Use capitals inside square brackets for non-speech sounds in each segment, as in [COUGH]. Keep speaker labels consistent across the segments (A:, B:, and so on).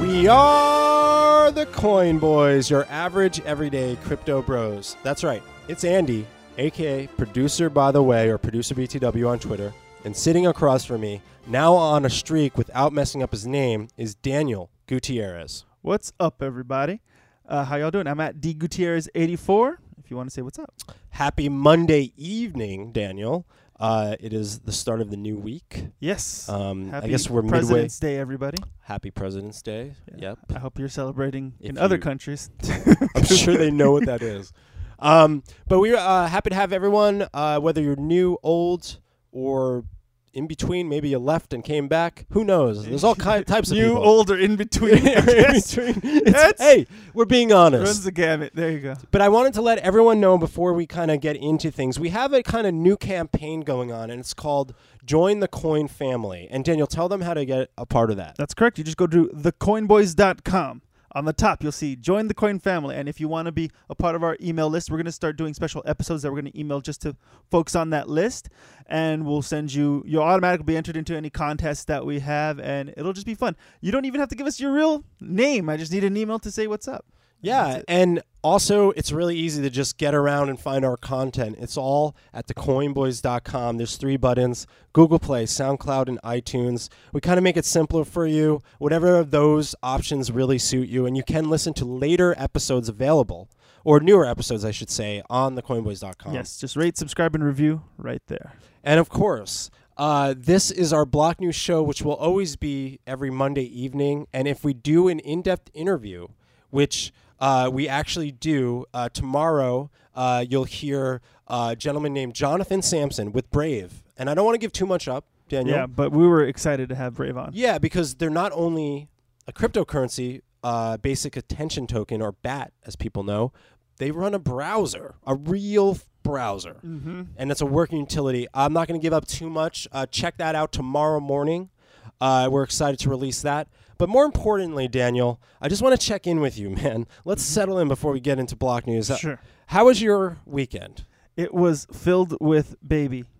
A: We are the Coin Boys, your average everyday crypto bros. That's right. It's Andy, aka producer by the way or producer BTW on Twitter, and sitting across from me, now on a streak without messing up his name, is Daniel Gutierrez.
B: What's up, everybody? Uh, how y'all doing? I'm at D Gutierrez 84. If you want to say what's up,
A: Happy Monday evening, Daniel. Uh, it is the start of the new week.
B: yes.
A: Um, I
B: Happy
A: guess we're midway.
B: President's Day, everybody.
A: Happy President's Day.
B: Yeah.
A: Yep.
B: I hope you're celebrating
A: If
B: in other
A: you-
B: countries.
A: [LAUGHS] I'm sure they know what that is. Um, but we're uh, happy to have everyone, uh, whether you're new, old, or in between. Maybe you left and came back. Who knows? There's all ki- types of
B: New,
A: people.
B: old, or in between.
A: In
B: I guess.
A: between. [LAUGHS] It's-
B: That's-
A: hey, we're being honest.
B: Runs the gamut. There you go.
A: But I wanted to let everyone know before we kind of get into things, we have a kind of new campaign going on, and it's called Join the Coin Family. And Daniel, tell them how to get a part of that.
B: That's correct. You just go to thecoinboys.com. On the top, you'll see join the coin family. And if you want to be a part of our email list, we're going to start doing special episodes that we're going to email just to folks on that list. And we'll send you, you'll automatically be entered into any contests that we have. And it'll just be fun. You don't even have to give us your real name. I just need an email to say what's up.
A: Yeah,
B: That's it.
A: and also it's really easy to just get around and find our content. It's all at thecoinboys.com. There's three buttons: Google Play, SoundCloud, and iTunes. We kind of make it simpler for you. Whatever of those options really suit you, and you can listen to later episodes available or newer episodes, I should say, on thecoinboys.com.
B: Yes, just rate, subscribe, and review right there.
A: And of course, uh, this is our Block News show, which will always be every Monday evening. And if we do an in depth interview, which uh, we actually do uh, tomorrow, uh, you'll hear uh, a gentleman named Jonathan Sampson with Brave. And I don't want to give too much up, Daniel.
B: Yeah, but we were excited to have Brave on.
A: Yeah, because they're not only a cryptocurrency, uh, basic attention token, or BAT, as people know, they run a browser, a real f- browser.
B: Mm-hmm.
A: And it's a working utility. I'm not going to give up too much. Uh, check that out tomorrow morning. Uh, we're excited to release that. But more importantly, Daniel, I just want to check in with you, [LAUGHS] man. Let's settle in before we get into block news. Uh,
B: Mm-hmm. Sure.
A: How was your
B: [LAUGHS]
A: weekend?
B: It was filled with baby. [LAUGHS]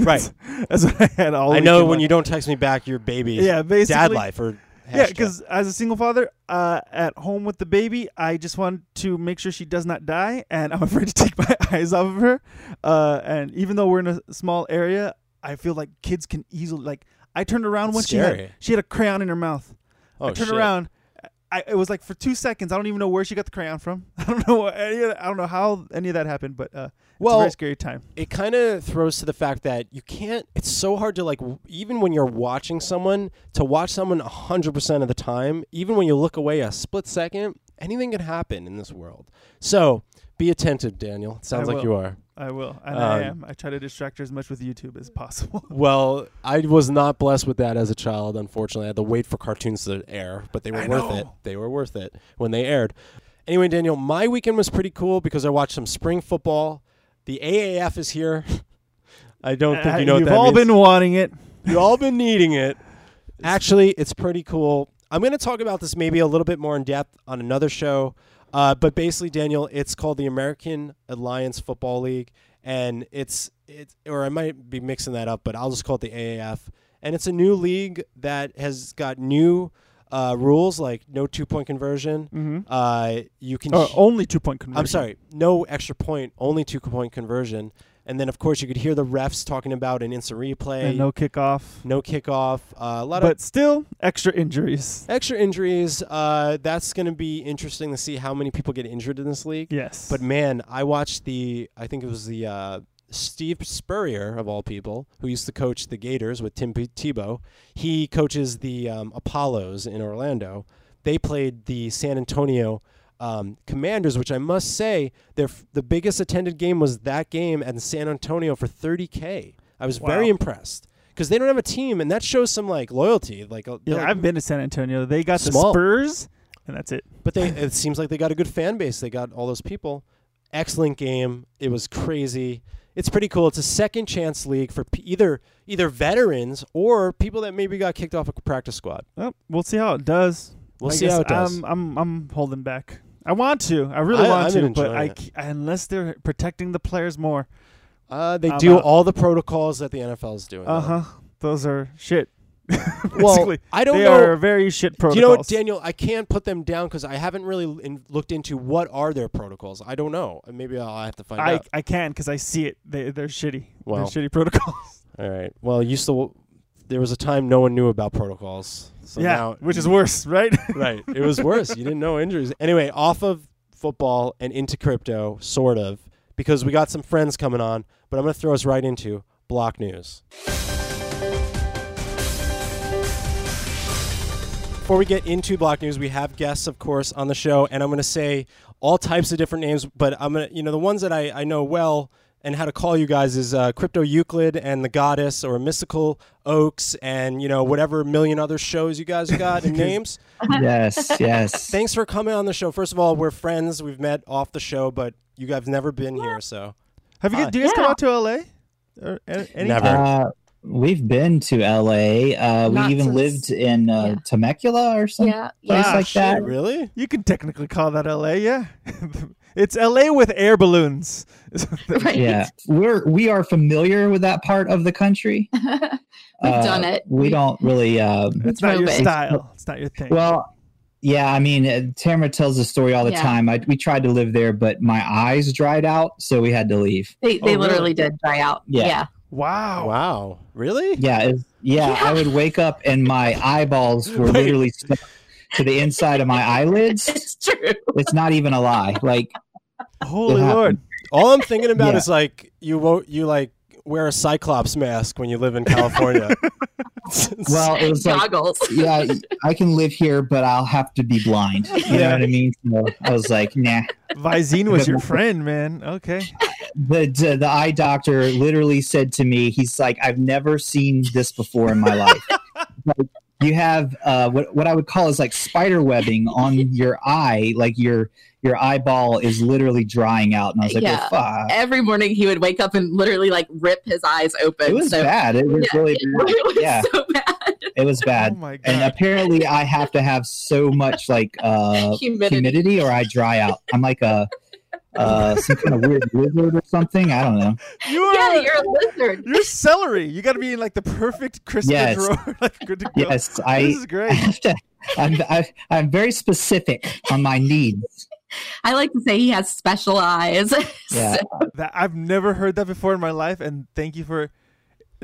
A: Right.
B: That's what I had all
A: I know
B: weekend
A: when
B: long.
A: you don't text me back, your baby.
B: Yeah,
A: Dad
B: basically-
A: life or
B: Yeah,
A: hashtag.
B: because as a single father, uh, at home with the baby, I just want to make sure she does not die, and I'm [LAUGHS] afraid to take my eyes off of her. Uh, and even though we're in a small area, I feel like kids can easily like. I turned around
A: That's
B: once she
A: scary.
B: had she had a crayon in her mouth.
A: oh,
B: I turned
A: shit.
B: around. I, it was like for two seconds. I don't even know where she got the crayon from. [LAUGHS] I don't know. What any of that, I don't know how any of that happened, but uh, it's a
A: Well,
B: very scary time.
A: it kind of throws to the fact that you can't it's so hard to like w- even when you're watching someone to watch someone 100% of the time even when you look away a split second anything can happen in this world so be attentive daniel it sounds
B: I
A: like
B: will.
A: you are
B: I will, and I
A: Um,
B: am. I try to distract her as much with YouTube as possible.
A: well i was not blessed with that as a child unfortunately i had to wait for cartoons to air but they were
B: I
A: worth
B: know.
A: it they were worth it when they aired anyway daniel my weekend was pretty cool because i watched some spring football the aaf is here [LAUGHS] I don't
B: [LAUGHS]
A: think you know
B: have
A: what that
B: all
A: means.
B: been wanting it.
A: You all been needing it. Actually, it's pretty cool. I'm going to talk about this maybe a little bit more in depth on another show. Uh, but basically, Daniel, it's called the American Alliance Football League, and it's it, or I might be mixing that up, but I'll just call it the AAF. And it's a new league that has got new uh, rules, like no two point conversion. Uh, you can.
B: Uh,
A: sh-
B: only two point conversion.
A: I'm sorry, no extra point, only two point conversion. And then, of course, you could hear the refs talking about an instant replay
B: And no kickoff.
A: no kickoff, uh, a lot of
B: But still, extra injuries.
A: extra injuries. Uh, that's going to be interesting to see how many people get injured in this league.
B: Yes.
A: But man, I watched the, I think it was the uh, Steve Spurrier of all people, who used to coach the Gators with Tim Pe- Tebow. He coaches the um, Apollos in Orlando. They played the San Antonio. Um, commanders, which I must say, their f- the biggest attended game was that game at San Antonio for 30k. I was very
B: Wow.
A: impressed because they don't have a team, and that shows some like loyalty. Like, uh, they're
B: yeah,
A: like-
B: I've been to San Antonio. They got
A: Small.
B: the Spurs, and that's it.
A: but they it seems like they got a good fan base. They got all those people. Excellent game. It was crazy. It's pretty cool. It's a second chance league for p- either either veterans or people that maybe got kicked off a practice squad.
B: Well, we'll see how it does.
A: We'll
B: I
A: see how
B: guess
A: it does.
B: I'm, I'm, I'm holding back. I want to. I really
A: I-
B: want
A: I'm
B: to, but
A: enjoying
B: I
A: it.
B: c- unless they're protecting the players more.
A: uh, they
B: I'm
A: do
B: out. [LAUGHS]
A: all the protocols that the NFL is doing. though.
B: Uh huh. Those Uh-huh. are shit.
A: well,
B: Basically,
A: I don't
B: they
A: know.
B: are very shit protocols.
A: Do you know what, Daniel? I can't put them down because I haven't really l- in, looked into what are their protocols. I don't know. Uh, Maybe I'll have to find
B: I,
A: out.
B: I can because I see it. They, they're shitty.
A: Wow.
B: They're shitty protocols.
A: All right. Well, you still. There was a time no one knew about protocols. So
B: [LAUGHS] yeah,
A: now,
B: which is worse, right? [LAUGHS]
A: right. It was worse. You didn't know injuries. Anyway, off of football and into crypto, sort of, because we got some friends coming on. But I'm going to throw us right into block news. Before we get into block news, we have guests, of course, on the show, and I'm going to say all types of different names. But I'm going to, you know, the ones that I, I know well and how to call you guys is uh, Crypto Euclid and the Goddess, or Mystical Oaks, and you know whatever million other shows you guys got and names
C: [LAUGHS]
D: yes, yes.
A: thanks for coming on the show. First of all, we're friends. We've met off the show, but you guys never been here, so
B: Have you?
A: Hi.
B: guys- Do you guys come
C: Yeah.
B: out to LA? Or a- any
A: Uh, Never.
D: Uh, we've been to LA. Uh, we
C: Not
D: even
C: since-
D: lived in uh,
C: yeah.
D: Temecula or something.
C: Yeah,
D: Place
B: Ah,
D: like that.
A: really?
B: You can technically call that LA, yeah. [LAUGHS] it's LA with air balloons.
D: [LAUGHS]
C: right.
D: Yeah, we're we are familiar with that part of the country.
C: [LAUGHS] We've
D: Uh,
C: done it.
D: We don't really. Um,
B: It's not your
C: Throwback.
B: style. It's not your thing.
D: Well, yeah, I mean, uh, Tamara tells the story all the
C: Yeah.
D: time. I, we tried to live there, but my eyes dried out, so we had to leave.
C: [LAUGHS] They,
B: Oh, really?
C: they literally did dry out.
D: Yeah.
C: yeah. [LAUGHS]
B: wow.
A: Wow, really?
D: Yeah, it, yeah, I would wake up and my eyeballs were
A: Wait.
D: literally stuck to the inside of my eyelids.
C: [LAUGHS] It's true.
D: It's not even a lie. Like,
B: Holy
D: It happened.
B: Lord.
A: All I'm thinking about
D: Yeah.
A: is like you won't you like wear a cyclops mask when you live in California.
D: well, it was like,
C: Goggles.
D: yeah, I can live here, but I'll have to be blind. You know
B: Yeah.
D: what I mean? So I was like, nah. [LAUGHS]
B: Visine was your friend, man. Okay.
D: The, the the eye doctor literally said to me, he's like, I've never seen this before in my life. Like, you have uh, what what I would call is like spider webbing on your eye, like your your eyeball is literally drying out, and I was like,
C: Yeah.
D: "Oh, fuck.
C: Every morning he would wake up and literally like rip his eyes open.
D: It was
C: so
D: bad. It was really
C: [LAUGHS] It
D: bad.
C: was
D: Yeah.
C: so bad.
D: It was
B: Oh
C: [LAUGHS]
D: bad.
B: my god.
D: And uh, apparently, I have to have so much like uh,
C: [LAUGHS] Humidity.
D: humidity, or I dry out. I'm like a uh, some kind of weird lizard or something. I don't know.
B: you are
C: Yeah, you're a lizard.
B: [LAUGHS] you're celery. You got to be in like the perfect crisp
D: Yes.
B: drawer, [LAUGHS] like good to go.
D: Yes,
B: this
D: I,
B: is
D: I
B: great.
D: [LAUGHS] have to. I'm, I, I'm very specific on my needs.
C: I like to say he has special eyes. [LAUGHS]
D: Yeah.
B: That I've never heard that before in my life, and thank you for.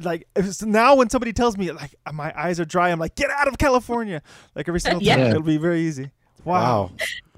B: Like if it's- now, when somebody tells me like my eyes are dry, I'm like, get out of California. Like every single time,
D: [LAUGHS] Yeah.
B: it'll be very easy. wow.
A: wow,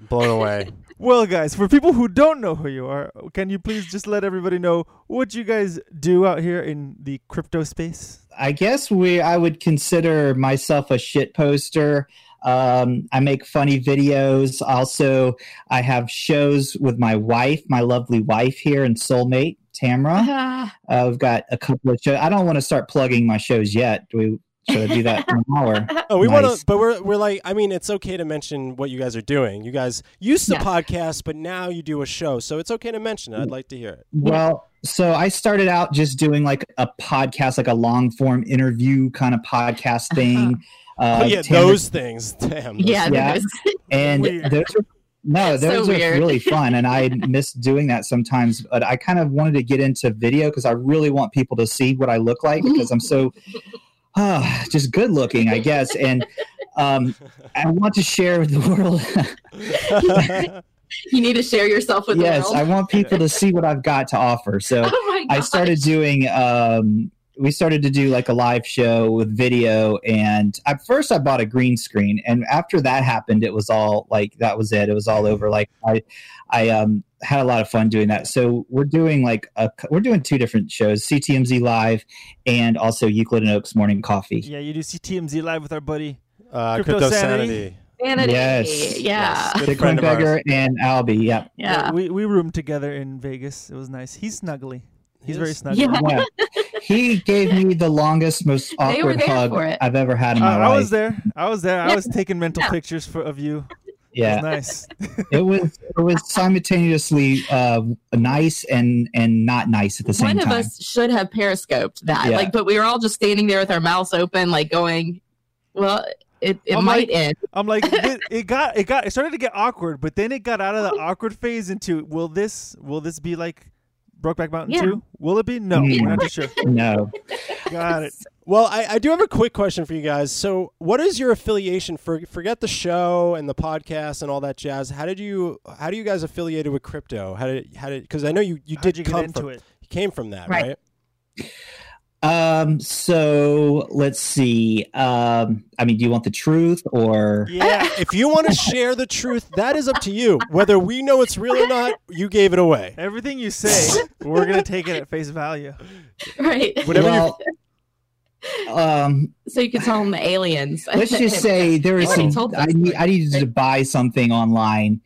A: blown away.
B: Well, guys, for people who don't know who you are, can you please just let everybody know what you guys do out here in the crypto space?
D: I guess we. I would consider myself a shit poster. Um, I make funny videos. Also, I have shows with my wife, my lovely wife here, and soulmate Tamra.
C: Ah,
D: Uh, I've got a couple of shows. I don't want to start plugging my shows yet. Do we should I do that in an hour?
A: Oh, we want
D: Nice.
A: to, but we're we're like, I mean, it's okay to mention what you guys are doing. You guys used to
C: Yeah.
A: podcast, but now you do a show, so it's okay to mention it. I'd like to hear it.
D: Well, so I started out just doing like a podcast, like a long form interview kind of
C: Uh-huh.
D: podcast thing. Uh,
A: oh yeah,
D: Tamra-
A: those things. Damn. those- [LAUGHS]
C: [LAUGHS]
D: Yeah.
C: yeah, there is.
D: and
B: Weird.
D: those are no,
C: So
D: those are
C: weird. [LAUGHS]
D: really fun, and I miss doing that sometimes. But I kind of wanted to get into video because I really want people to see what I look like because I'm so [SIGHS] ah, just good looking, I guess. And um, I want to share with the world
A: Uh,
C: you need to share yourself with
D: yes,
C: the
D: I
C: world.
D: want people to see what I've got to offer. So
C: [LAUGHS] oh my god.
D: I started doing. Um, we started to do like a live show with video, and at first I bought a green screen, and after that happened, it was all like that was it. It was all over. Like I, I um, had a lot of fun doing that. So we're doing like a we're doing two different shows: CTMZ Live and also Euclid and Oaks Morning Coffee.
B: Yeah, you do CTMZ live with our buddy.
A: Uh,
B: Crypto
A: crypto
B: Sanity.
A: sanity.
C: Vanity.
D: Yes.
C: Yeah.
A: Yes. Good
D: Bitcoin
A: friend of ours.
D: Beggar and Albie. Yeah.
C: Yeah.
B: we we roomed together in Vegas. It was nice. He's snuggly. He's very
A: Yes.
B: snuggly.
C: Yeah.
D: yeah. He gave me the longest, most
C: were
D: awkward
C: there
D: hug
C: for it.
D: I've ever had in
B: Uh,
D: my
B: I
D: life.
B: was there. I was there. I
C: Yeah.
B: was taking mental
C: Yeah.
B: pictures for, of you. It
D: Yeah.
B: was nice.
D: it was it was simultaneously uh, nice and and not nice at the same
C: One of
D: time.
C: us [LAUGHS] should have periscoped that.
D: Yeah.
C: Like, but we were all just standing there with our mouths open, like going, Well, it, it
B: Oh my-
C: might end.
B: I'm like, it, it got it got it started to get awkward, but then it got out of the awkward phase into will this will this be like Brokeback Mountain
C: Yeah.
B: too? Will it be? No,
D: Mm.
B: we're not too sure.
D: no, [LAUGHS]
B: Got it.
A: Well, I, I do have a quick question for you guys. So, what is your affiliation for? Forget the show and the podcast and all that jazz. How did you? How do you guys affiliated with crypto? How did? How did? Because I know you you
B: How'd
A: did
B: you
A: come
B: get into
A: from
B: it?
A: you came from that, right?
C: Right.
D: Um, so let's see. Um, I mean, do you want the truth or
B: Yeah.
A: If you want to share the truth, that is up to you. Whether we know it's real or not, you gave it away.
B: Everything you say, we're gonna take it at
A: [LAUGHS]
B: face value.
C: [LAUGHS] right?
A: Whatever you
D: well, um,
C: So you can tell them the aliens.
D: let's
C: [LAUGHS]
D: just say there is
C: Already
D: some.
C: told
D: I,
C: this
D: need,
C: story.
D: I needed to buy something online,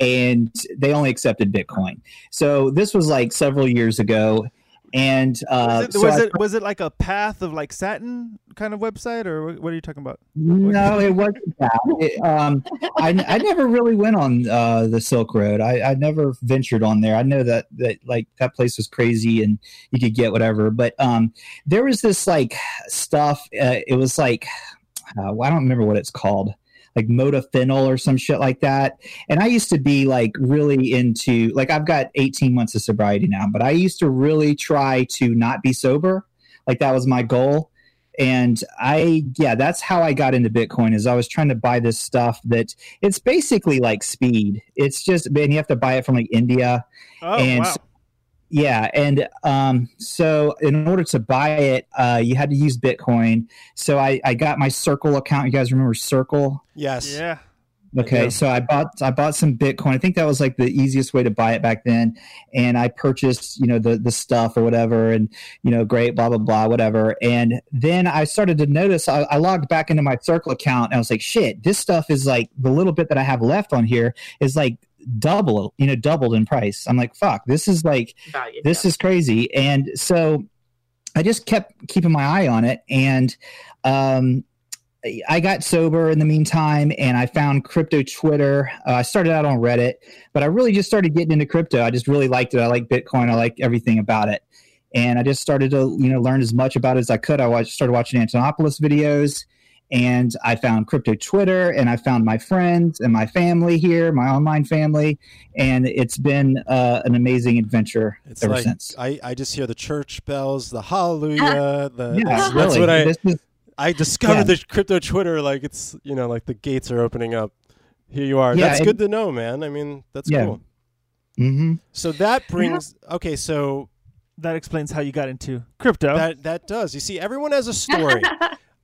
D: and they only accepted Bitcoin. So this was like several years ago, and
B: Was,
D: uh,
B: it,
D: so
B: was
D: I-
B: it was it like a path of like satin kind of website, or wh- what are you talking about?
D: no, it wasn't that. It, um, I, I never really went on uh, the Silk Road. I, I never ventured on there. I know that that like that place was crazy and you could get whatever. But um, there was this like stuff. Uh, it was like uh, well, I don't remember what it's called, like modafinil or some shit like that. And I used to be like really into like I've got 18 months of sobriety now, but I used to really try to not be sober. Like that was my goal. And I, yeah, that's how I got into Bitcoin. Is I was trying to buy this stuff that it's basically like speed. It's just, man, you have to buy it from like India.
B: Oh
D: And
B: wow!
D: Yeah, and um, so in order to buy it, uh, you had to use Bitcoin. So I, I got my Circle account. You guys remember Circle?
A: Yes.
B: Yeah,
D: Okay,
A: do.
D: so I bought I bought some Bitcoin. I think that was like the easiest way to buy it back then. And I purchased, you know, the the stuff or whatever, and you know, great, blah blah blah, whatever. And then I started to notice. I, I logged back into my Circle account, and I was like, shit, this stuff is like the little bit that I have left on here is like double, you know, doubled in price. I'm like, fuck, this is like this is crazy and so i just kept keeping my eye on it and um I got sober in the meantime, and I found crypto Twitter. Uh, I started out on Reddit, but I really just started getting into crypto. I just really liked it. I like Bitcoin. I liked everything about it, and I just started to you know learn as much about it as I could. I watched, started watching Antonopoulos videos, and I found crypto Twitter, and I found my friends and my family here, my online family, and it's been uh, an amazing adventure
A: It's
D: ever
A: like
D: since.
A: I, I just hear the church bells, the hallelujah. The,
D: Yeah,
A: that's,
D: really.
A: that's what I
D: This is-
A: I discovered
D: Yeah.
A: the crypto Twitter. Like it's you know like the gates are opening up. Here you are.
D: Yeah,
A: that's
D: and-
A: good to know, man. I mean that's
D: Yeah.
A: cool.
D: Mhm.
A: So that brings okay. So
B: that explains how you got into crypto.
D: Oh.
A: that that does. You see, everyone has a story,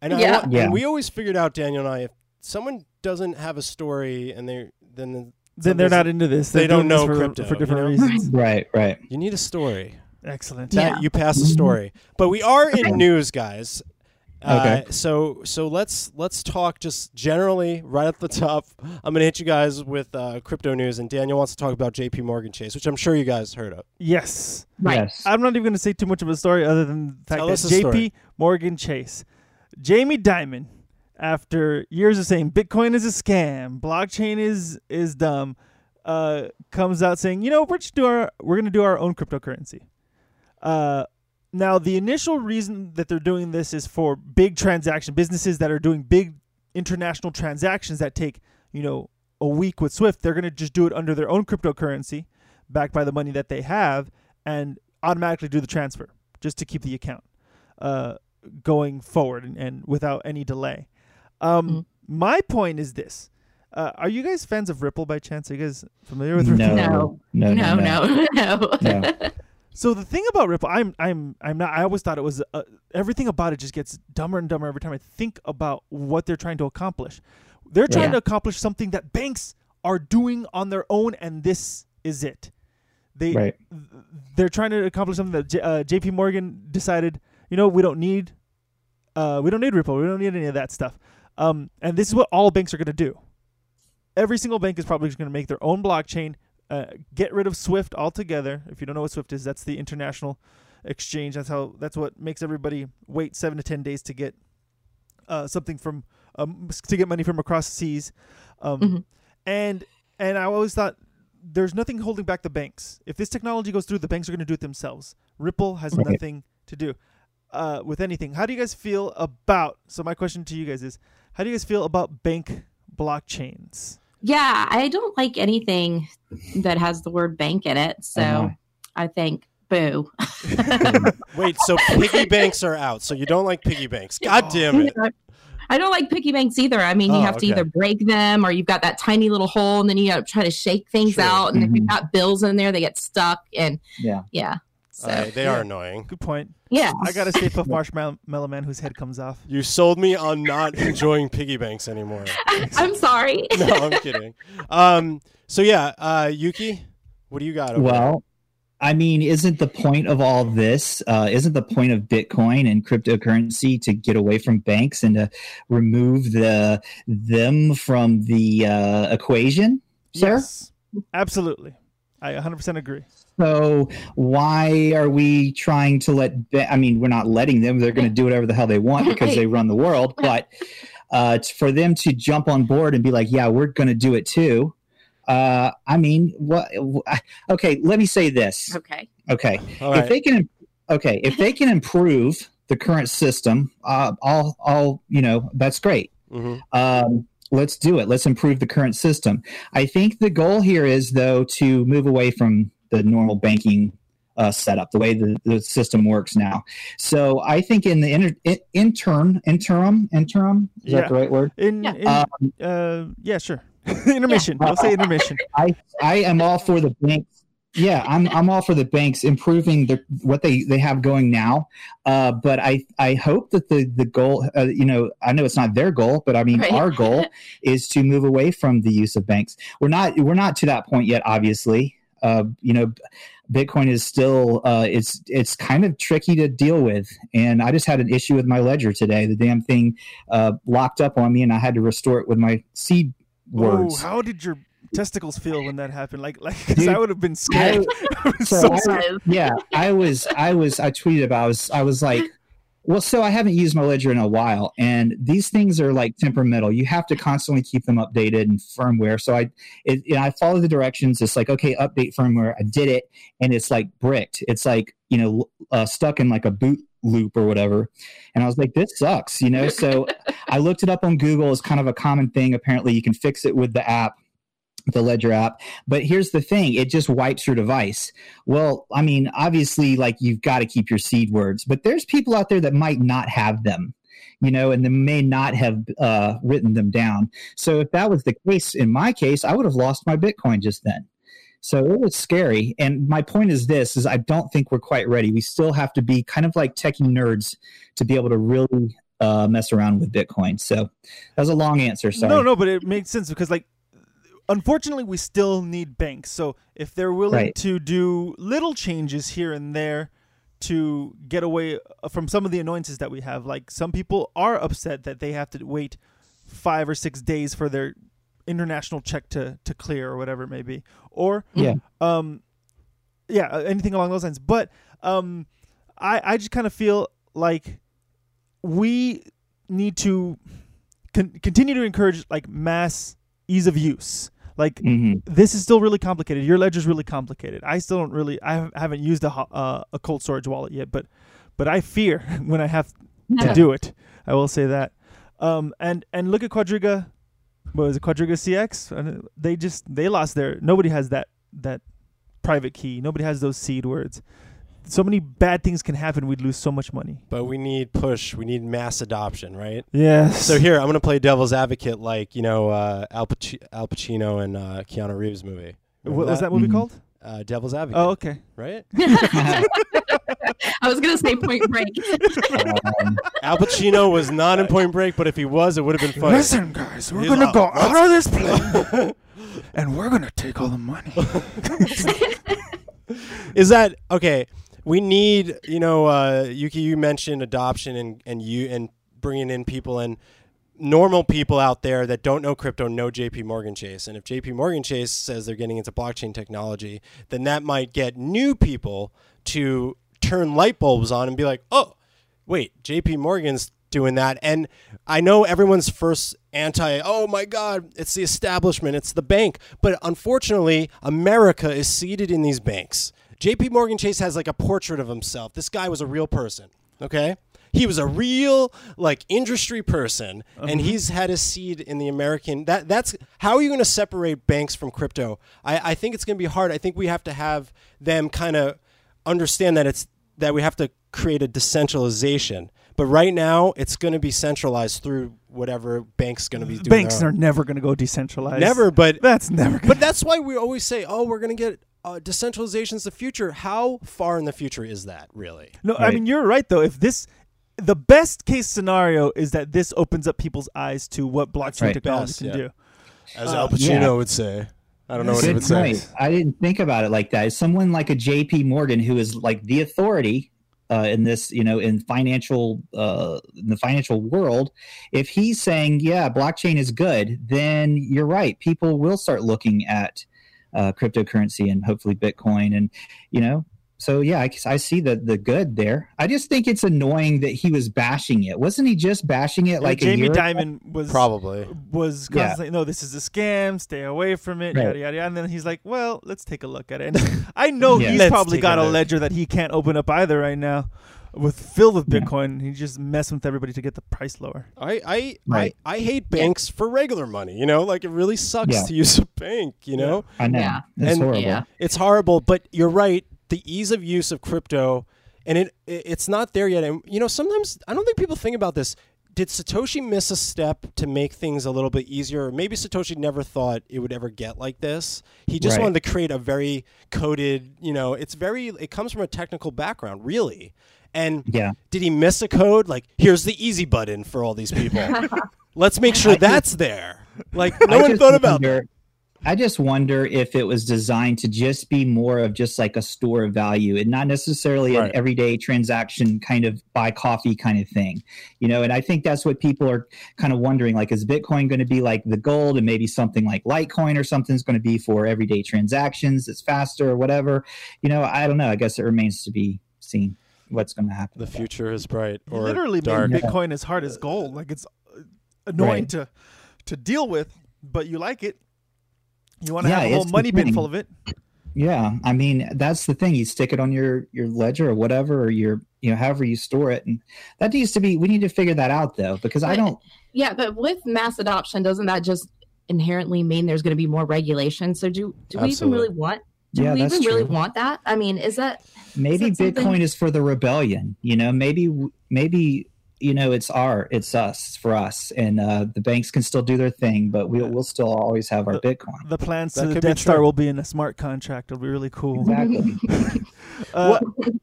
A: and I
C: Yeah.
A: wa-
D: Yeah.
A: and we always figured out Daniel and I. If someone doesn't have a story, and they then
B: then they're
A: something-
B: not into this.
A: they
B: They're
A: don't
B: doing this
A: know
B: for,
A: crypto,
B: for
A: you
B: different
A: know? [LAUGHS]
B: reasons.
D: Right, right.
A: you need a story.
B: Excellent.
A: That
C: Yeah.
A: you pass the story. But we are in news, guys. Uh,
D: Okay.
A: so so let's let's talk just generally right at the top. I'm gonna hit you guys with uh, crypto news, and Daniel wants to talk about J.P. Morgan Chase, which I'm sure you guys heard of.
B: Yes.
C: Right.
D: Yes.
B: I'm not even going to say too much of a story other than the fact
A: Tell us
B: that
A: a
B: JP
A: story.
B: Morgan Chase, Jamie Dimon, after years of saying Bitcoin is a scam, blockchain is is dumb, uh, comes out saying, you know, we're just do our we're going to do our own cryptocurrency. Uh, now the initial reason that they're doing this is for big transaction businesses that are doing big international transactions that take you know a week with Swift. They're going to just do it under their own cryptocurrency, backed by the money that they have, and automatically do the transfer just to keep the account uh, going forward and, and without any delay. Um,
C: Mhm.
B: My point is this: uh, Are you guys fans of Ripple by chance? Are you guys familiar with Ripple?
D: No.
C: No.
D: No,
C: No,
D: no,
C: no, no. [LAUGHS]
D: No.
B: So the thing about Ripple, I'm, I'm, I'm not. I always thought it was uh, everything about it just gets dumber and dumber every time I think about what they're trying to accomplish. They're trying
C: Yeah.
B: to accomplish something that banks are doing on their own, and this is it. They,
D: Right.
B: th- they're trying to accomplish something that J- uh, J.P. Morgan decided. You know, we don't need, uh, we don't need Ripple. We don't need any of that stuff. Um, and this is what all banks are going to do. Every single bank is probably going to make their own blockchain. Uh, get rid of Swift altogether. If you don't know what Swift is, that's the international exchange. That's how. That's what makes everybody wait seven to ten days to get uh, something from um, to get money from across the seas. Um,
C: Mhm.
B: And and I always thought there's nothing holding back the banks. If this technology goes through, the banks are going to do it themselves. Ripple has
D: Right.
B: nothing to do uh, with anything. How do you guys feel about? So my question to you guys is, how do you guys feel about bank blockchains?
C: Yeah, I don't like anything that has the word bank in it. So
D: Uh-huh.
C: I think [LAUGHS] Boo.
A: Wait,
C: [LAUGHS]
A: so piggy banks are out. So you don't like piggy banks. God damn it.
C: I don't like piggy banks either. I mean, you
A: Oh,
C: have to
A: okay.
C: either break them or you've got that tiny little hole and then you got to try to shake things
A: Sure.
C: out. And if
D: Mhm.
C: you've got bills in there, they get stuck. And
D: Yeah.
C: yeah. [LAUGHS] So,
A: Uh, they are annoying.
B: Good point.
C: yeah.
B: I
C: [LAUGHS]
B: got a Stay
D: [LAUGHS]
B: Puft Marshmallow Man whose head comes off.
A: You sold me on not enjoying piggy banks
C: [LAUGHS]
A: anymore.
C: I'm sorry.
A: No, I'm kidding. Um, so yeah, uh, Yuki, what do you got? Over there?
D: Well, I mean, isn't the point of all this? Uh, isn't the point of Bitcoin and cryptocurrency to get away from banks and to remove the them from the uh, equation, sir?
B: Yes. Absolutely. I 100% agree.
D: So why are we trying to let? Ba- I mean, we're not letting them. They're going to do whatever the hell they want because they run the world. But uh, t- for them to jump on board and be like, "Yeah, we're going to do it too." Uh, I mean, what? wh- Okay, let me say this.
C: [LAUGHS] okay.
D: Okay,
A: All
D: if
A: right.
D: they can, okay, if they can improve the current system, uh, all, all, you know, that's great.
A: Mhm.
D: Um, let's do it. Let's improve the current system. I think the goal here is though to move away from the normal banking uh, setup, the way the, the system works now. So I think in the inter- in, interim, interim, interim, is that the right word?
B: In,
C: Yeah.
B: in
D: Um,
B: uh, yeah, sure. [LAUGHS] intermission. I'll say intermission.
D: I am all for the banks. Yeah, I'm I'm all for the banks improving the what they they have going now. Uh, but I I hope that the the goal, uh, you know, I know it's not their goal, but I mean
C: Right.
D: our goal is to move away from the use of banks. We're not we're not to that point yet, obviously. Uh, you know, Bitcoin is still uh, it's it's kind of tricky to deal with, and I just had an issue with my ledger today. The damn thing uh, locked up on me, and I had to restore it with my seed
B: Whoa,
D: [LAUGHS] words.
B: how [LAUGHS] did your testicles feel when that happened? Like, like 'cause
D: Dude,
B: I would have been scared. I was
D: so
B: so
D: I-
B: scared.
C: So,
D: [LAUGHS] yeah i was i was i tweeted about I was i was like well so i haven't used my ledger in a while and these things are like temperamental you have to constantly keep them updated and firmware so i it, you know, i follow the directions it's like okay update firmware i did it and it's like bricked it's like you know uh, stuck in like a boot loop or whatever and i was like this sucks you know so i looked it up on google it's kind of a common thing apparently you can fix it with the app the ledger app but here's the thing it just wipes your device well, I mean, obviously, like you've got to keep your seed words, but there's people out there that might not have them, you know, and they may not have uh, written them down. So if that was the case in my case, I would have lost my Bitcoin just then. So it was scary. And my point is this is I don't think we're quite ready. We still have to be kind of like techie nerds to be able to really uh, mess around with Bitcoin. So that was a long answer. Sorry.
B: No, no, but it makes sense because like unfortunately we still need banks. So if they're willing
D: Right.
B: to do little changes here and there to get away uh, from some of the annoyances that we have, like some people are upset that they have to wait 5 or 6 days for their international check to to clear or whatever it may be. Or
D: Yeah.
B: um yeah, uh, anything along those lines. But um I I just kind of feel like we need to con- continue to encourage like mass ease of use. Like
D: Mhm.
B: this is still really complicated. Your ledger's really complicated. I still don't really. I hav- haven't used a ho- uh, a cold storage wallet yet, but but I fear [LAUGHS] when I have to do it. I will say that. Um, and and look at Quadriga. What was it, Quadriga CX? And uh, They just they lost their. Nobody has that that private key. Nobody has those seed words. So many bad things can happen. We'd lose so much money.
A: But we need push. We need mass adoption, right?
B: Yes.
A: So here, I'm gonna play devil's advocate, like you know, uh, Al, Paci- Al Pacino and uh, Keanu Reeves movie. Remember
B: what was that movie
D: Mhm.
B: called?
A: Uh, devil's advocate.
B: Oh, okay.
A: right.
C: I was going to say point [LAUGHS] break.
D: [LAUGHS] Um,
A: Al Pacino was not in Point Break, but if he was, it would have been funny.
B: Listen, guys, we're
A: He's
B: gonna
A: out.
B: go out of this plane, [LAUGHS] and we're gonna take all the money.
A: is that okay we need you know uh, yuki you mentioned adoption and, and you and bringing in people and normal people out there that don't know crypto know jp morgan chase and if jp morgan chase says they're getting into blockchain technology then that might get new people to turn light bulbs on and be like oh wait jp morgan's doing that and i know everyone's first anti oh my god it's the establishment it's the bank but unfortunately america is seated in these banks jp morgan chase has like a portrait of himself this guy was a real person okay he was a real like industry person and he's had a seed in the american that that's how are you going to separate banks from crypto i, I think it's going to be hard i think we have to have them kind of understand that it's that we have to create a decentralization. But right now, it's going to be centralized through whatever bank's going to be doing. their
B: Banks
A: own.
B: are never going to go decentralized.
A: never, but
B: That's never. Gonna,
A: but that's why we always say, oh, we're going to get uh, decentralization's the future. How far in the future is that really?
B: no, I
D: Right.
B: mean you're right though. If this, the best case scenario is that this opens up people's eyes to what blockchain
D: right.
B: technology
A: Best,
B: can
A: yeah.
B: do.
A: As
B: Uh,
A: Al Pacino
D: yeah.
A: would say. I don't know what he
D: Good
A: would say.
D: point. I didn't think about it like that. Someone like a J.P. Morgan, who is like the authority uh, in this, you know, in financial uh, in the financial world, if he's saying, "Yeah, blockchain is good," then you're right. People will start looking at uh, cryptocurrency and hopefully Bitcoin, and you know. So yeah, I, I see the the good there. I just think it's annoying that he was bashing it. Wasn't he just bashing it like a
B: Jamie
D: year ago?
B: Dimon was
A: Probably.
B: was
D: Yeah.
B: constantly no this is a scam stay away from it
D: Right.
B: yada yada yada. and then he's like well let's take a look at it and i know
D: [LAUGHS] Yeah.
B: he's
A: Let's
B: probably
A: take
B: got
A: a
B: a,
A: look.
B: ledger that he can't open up either right now with filled with
D: Yeah.
B: bitcoin he just messing with everybody to get the price lower
A: I I,
D: Right.
A: I I hate banks for regular money. You know, like it really sucks
D: Yeah.
A: to use a bank. You know,
D: I know
C: Yeah.
D: it's
A: And-
D: horrible.
C: Yeah.
A: it's horrible. But you're right. The ease of use of crypto, and it it- it's not there yet. And you know, sometimes I don't think people think about this. Did Satoshi miss a step to make things a little bit easier? Or Maybe Satoshi never thought it would ever get like this. He just
D: Right.
A: wanted to create a very coded. You know, it's very. It comes from a technical background, really. And
D: Yeah.
A: did he miss a code? Like, here's the easy button for all these
B: [LAUGHS]
A: people. Let's make sure that's there. Like, [LAUGHS] no
D: I
A: one
D: just
A: thought about that.
D: wonder- I just wonder if it was designed to just be more of just like a store of value and not necessarily
A: Right.
D: an everyday transaction kind of buy coffee kind of thing. You know, and I think that's what people are kind of wondering like is Bitcoin going to be like the gold and maybe something like Litecoin or something's going to be for everyday transactions that's faster or whatever. You know, I don't know. I guess it remains to be seen what's going to happen.
A: The
D: with that.
A: future is bright
B: You
A: or
B: literally
A: dark.
B: made bitcoin as hard as gold like it's uh, annoying
D: Right.
B: to to deal with but you like it you want to
D: Yeah,
B: have a whole
D: it's the
B: money bin
D: thing.
B: full of it
D: Yeah, I mean that's the thing. You stick it on your your ledger or whatever, or your you know however you store it, and that needs to be. We need to figure that out though, because I
C: But-
D: don't.
C: Yeah, but with mass adoption, doesn't that just inherently mean there's going to be more regulation? So do do we even
A: Absolutely.
C: really want? Do
D: Yeah,
C: we
D: that's
C: even really
D: true.
C: want that? I mean, is that
D: Maybe
C: that something-
D: Bitcoin is for the rebellion. You know, maybe maybe you know it's our it's us it's for us, and uh, the banks can still do their thing, but we'll we'll still always have our Bitcoin.
B: the plans
A: That
B: to the
A: could be
B: death star
A: true.
B: will be in a smart contract it'll be really cool
C: [LAUGHS]
D: Exactly.
B: [LAUGHS] Uh,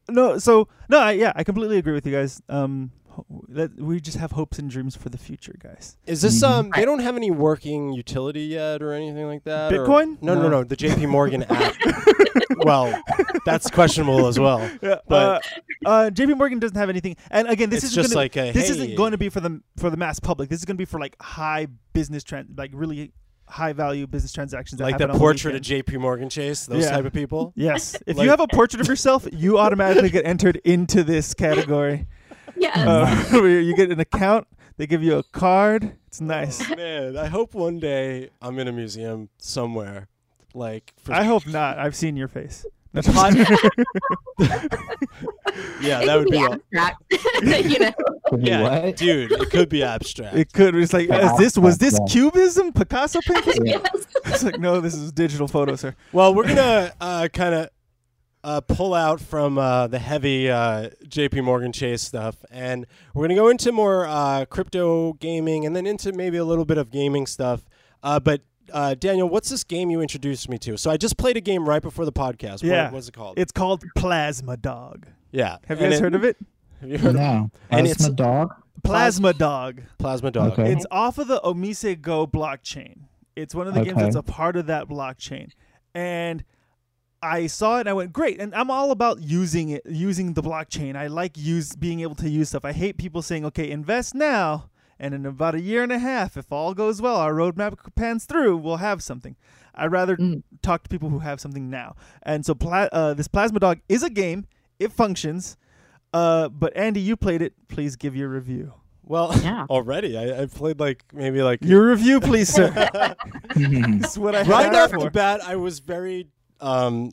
B: no, so no, I, yeah, I completely agree with you guys. Um, ho- that we just have hopes and dreams for the future, guys.
A: Is this
D: Mhm.
A: um? They don't have any working utility yet or anything like that. or-
B: Bitcoin?
A: No, no, no,
B: No.
A: The J.P.
B: [LAUGHS]
A: Morgan app. well, that's questionable as well.
B: Yeah,
A: but-
B: uh, uh, J.P. Morgan doesn't have anything, and again, this
A: It's
B: is
A: just
B: gonna,
A: like a,
B: this
A: hey,
B: isn't going to be for the for the mass public. This is going to be for like high business trans, like really high value business transactions. That
A: like the
B: happen on
A: portrait of
B: weekend.
A: J.P. Morgan Chase. Those
B: Yeah.
A: type of
B: [LAUGHS]
A: people. [LAUGHS]
B: Yes, if
A: like-
B: you have a portrait of yourself,
A: [LAUGHS]
B: you automatically get entered into this category.
C: [LAUGHS] yeah?
B: Uh, [LAUGHS] where you get an account. They give you a card. It's nice.
A: Oh, man, I hope one day I'm in a museum somewhere, like for
B: I hope not. I've seen
A: [LAUGHS]
B: your face. No,
A: Pot- yeah,
C: it
A: that
C: could
A: would
C: be
A: be.
B: [LAUGHS]
A: aw-
D: [LAUGHS]
C: abstract, [LAUGHS] you know.
D: Could
A: [LAUGHS]
D: be
A: Yeah,
D: what?
A: dude, it could be abstract.
B: [LAUGHS] It could. It's like,
D: Yeah.
B: is this
A: [LAUGHS]
B: was this
D: Yeah.
B: cubism, Picasso painting?
D: Yeah.
C: Yes.
B: it's like, no, this is digital photo, sir.
A: well, we're gonna uh, kind of uh, pull out from uh, the heavy uh, J.P. Morgan Chase stuff, and we're gonna go into more uh, crypto gaming, and then into maybe a little bit of gaming stuff. Uh, but uh, Daniel, what's this game you introduced me to? So I just played a game right before the podcast.
B: Yeah.
A: what was it called?
B: It's called Plasma Dog.
A: yeah.
B: Have you guys heard of it?
A: Have you heard of
D: No,
A: And
D: and
A: it's-
D: it's a dog. [LAUGHS]
B: Plasma Dog.
A: Plasma Dog?
D: Okay.
B: It's off of the Omise Go blockchain. It's one of the games
D: Okay.
B: that's a part of that blockchain. And I saw it and I went, great. And I'm all about using it, using the blockchain. I like use being able to use stuff. I hate people saying, okay, invest now. And in about a year and a half, if all goes well, our roadmap pans through, we'll have something. I'd rather
C: Mm.
B: talk to people who have something now. And so pla- uh, this Plasma Dog is a game. It functions. Uh, but Andy, you played it. Please give your review.
A: Well,
C: Yeah.
A: [LAUGHS] already I, I played like maybe like
B: Your review, please, sir.
A: [LAUGHS]
B: That's what
C: [LAUGHS]
B: I
A: right
B: had
A: off
B: out
A: the
B: for.
A: bat, I was very, um,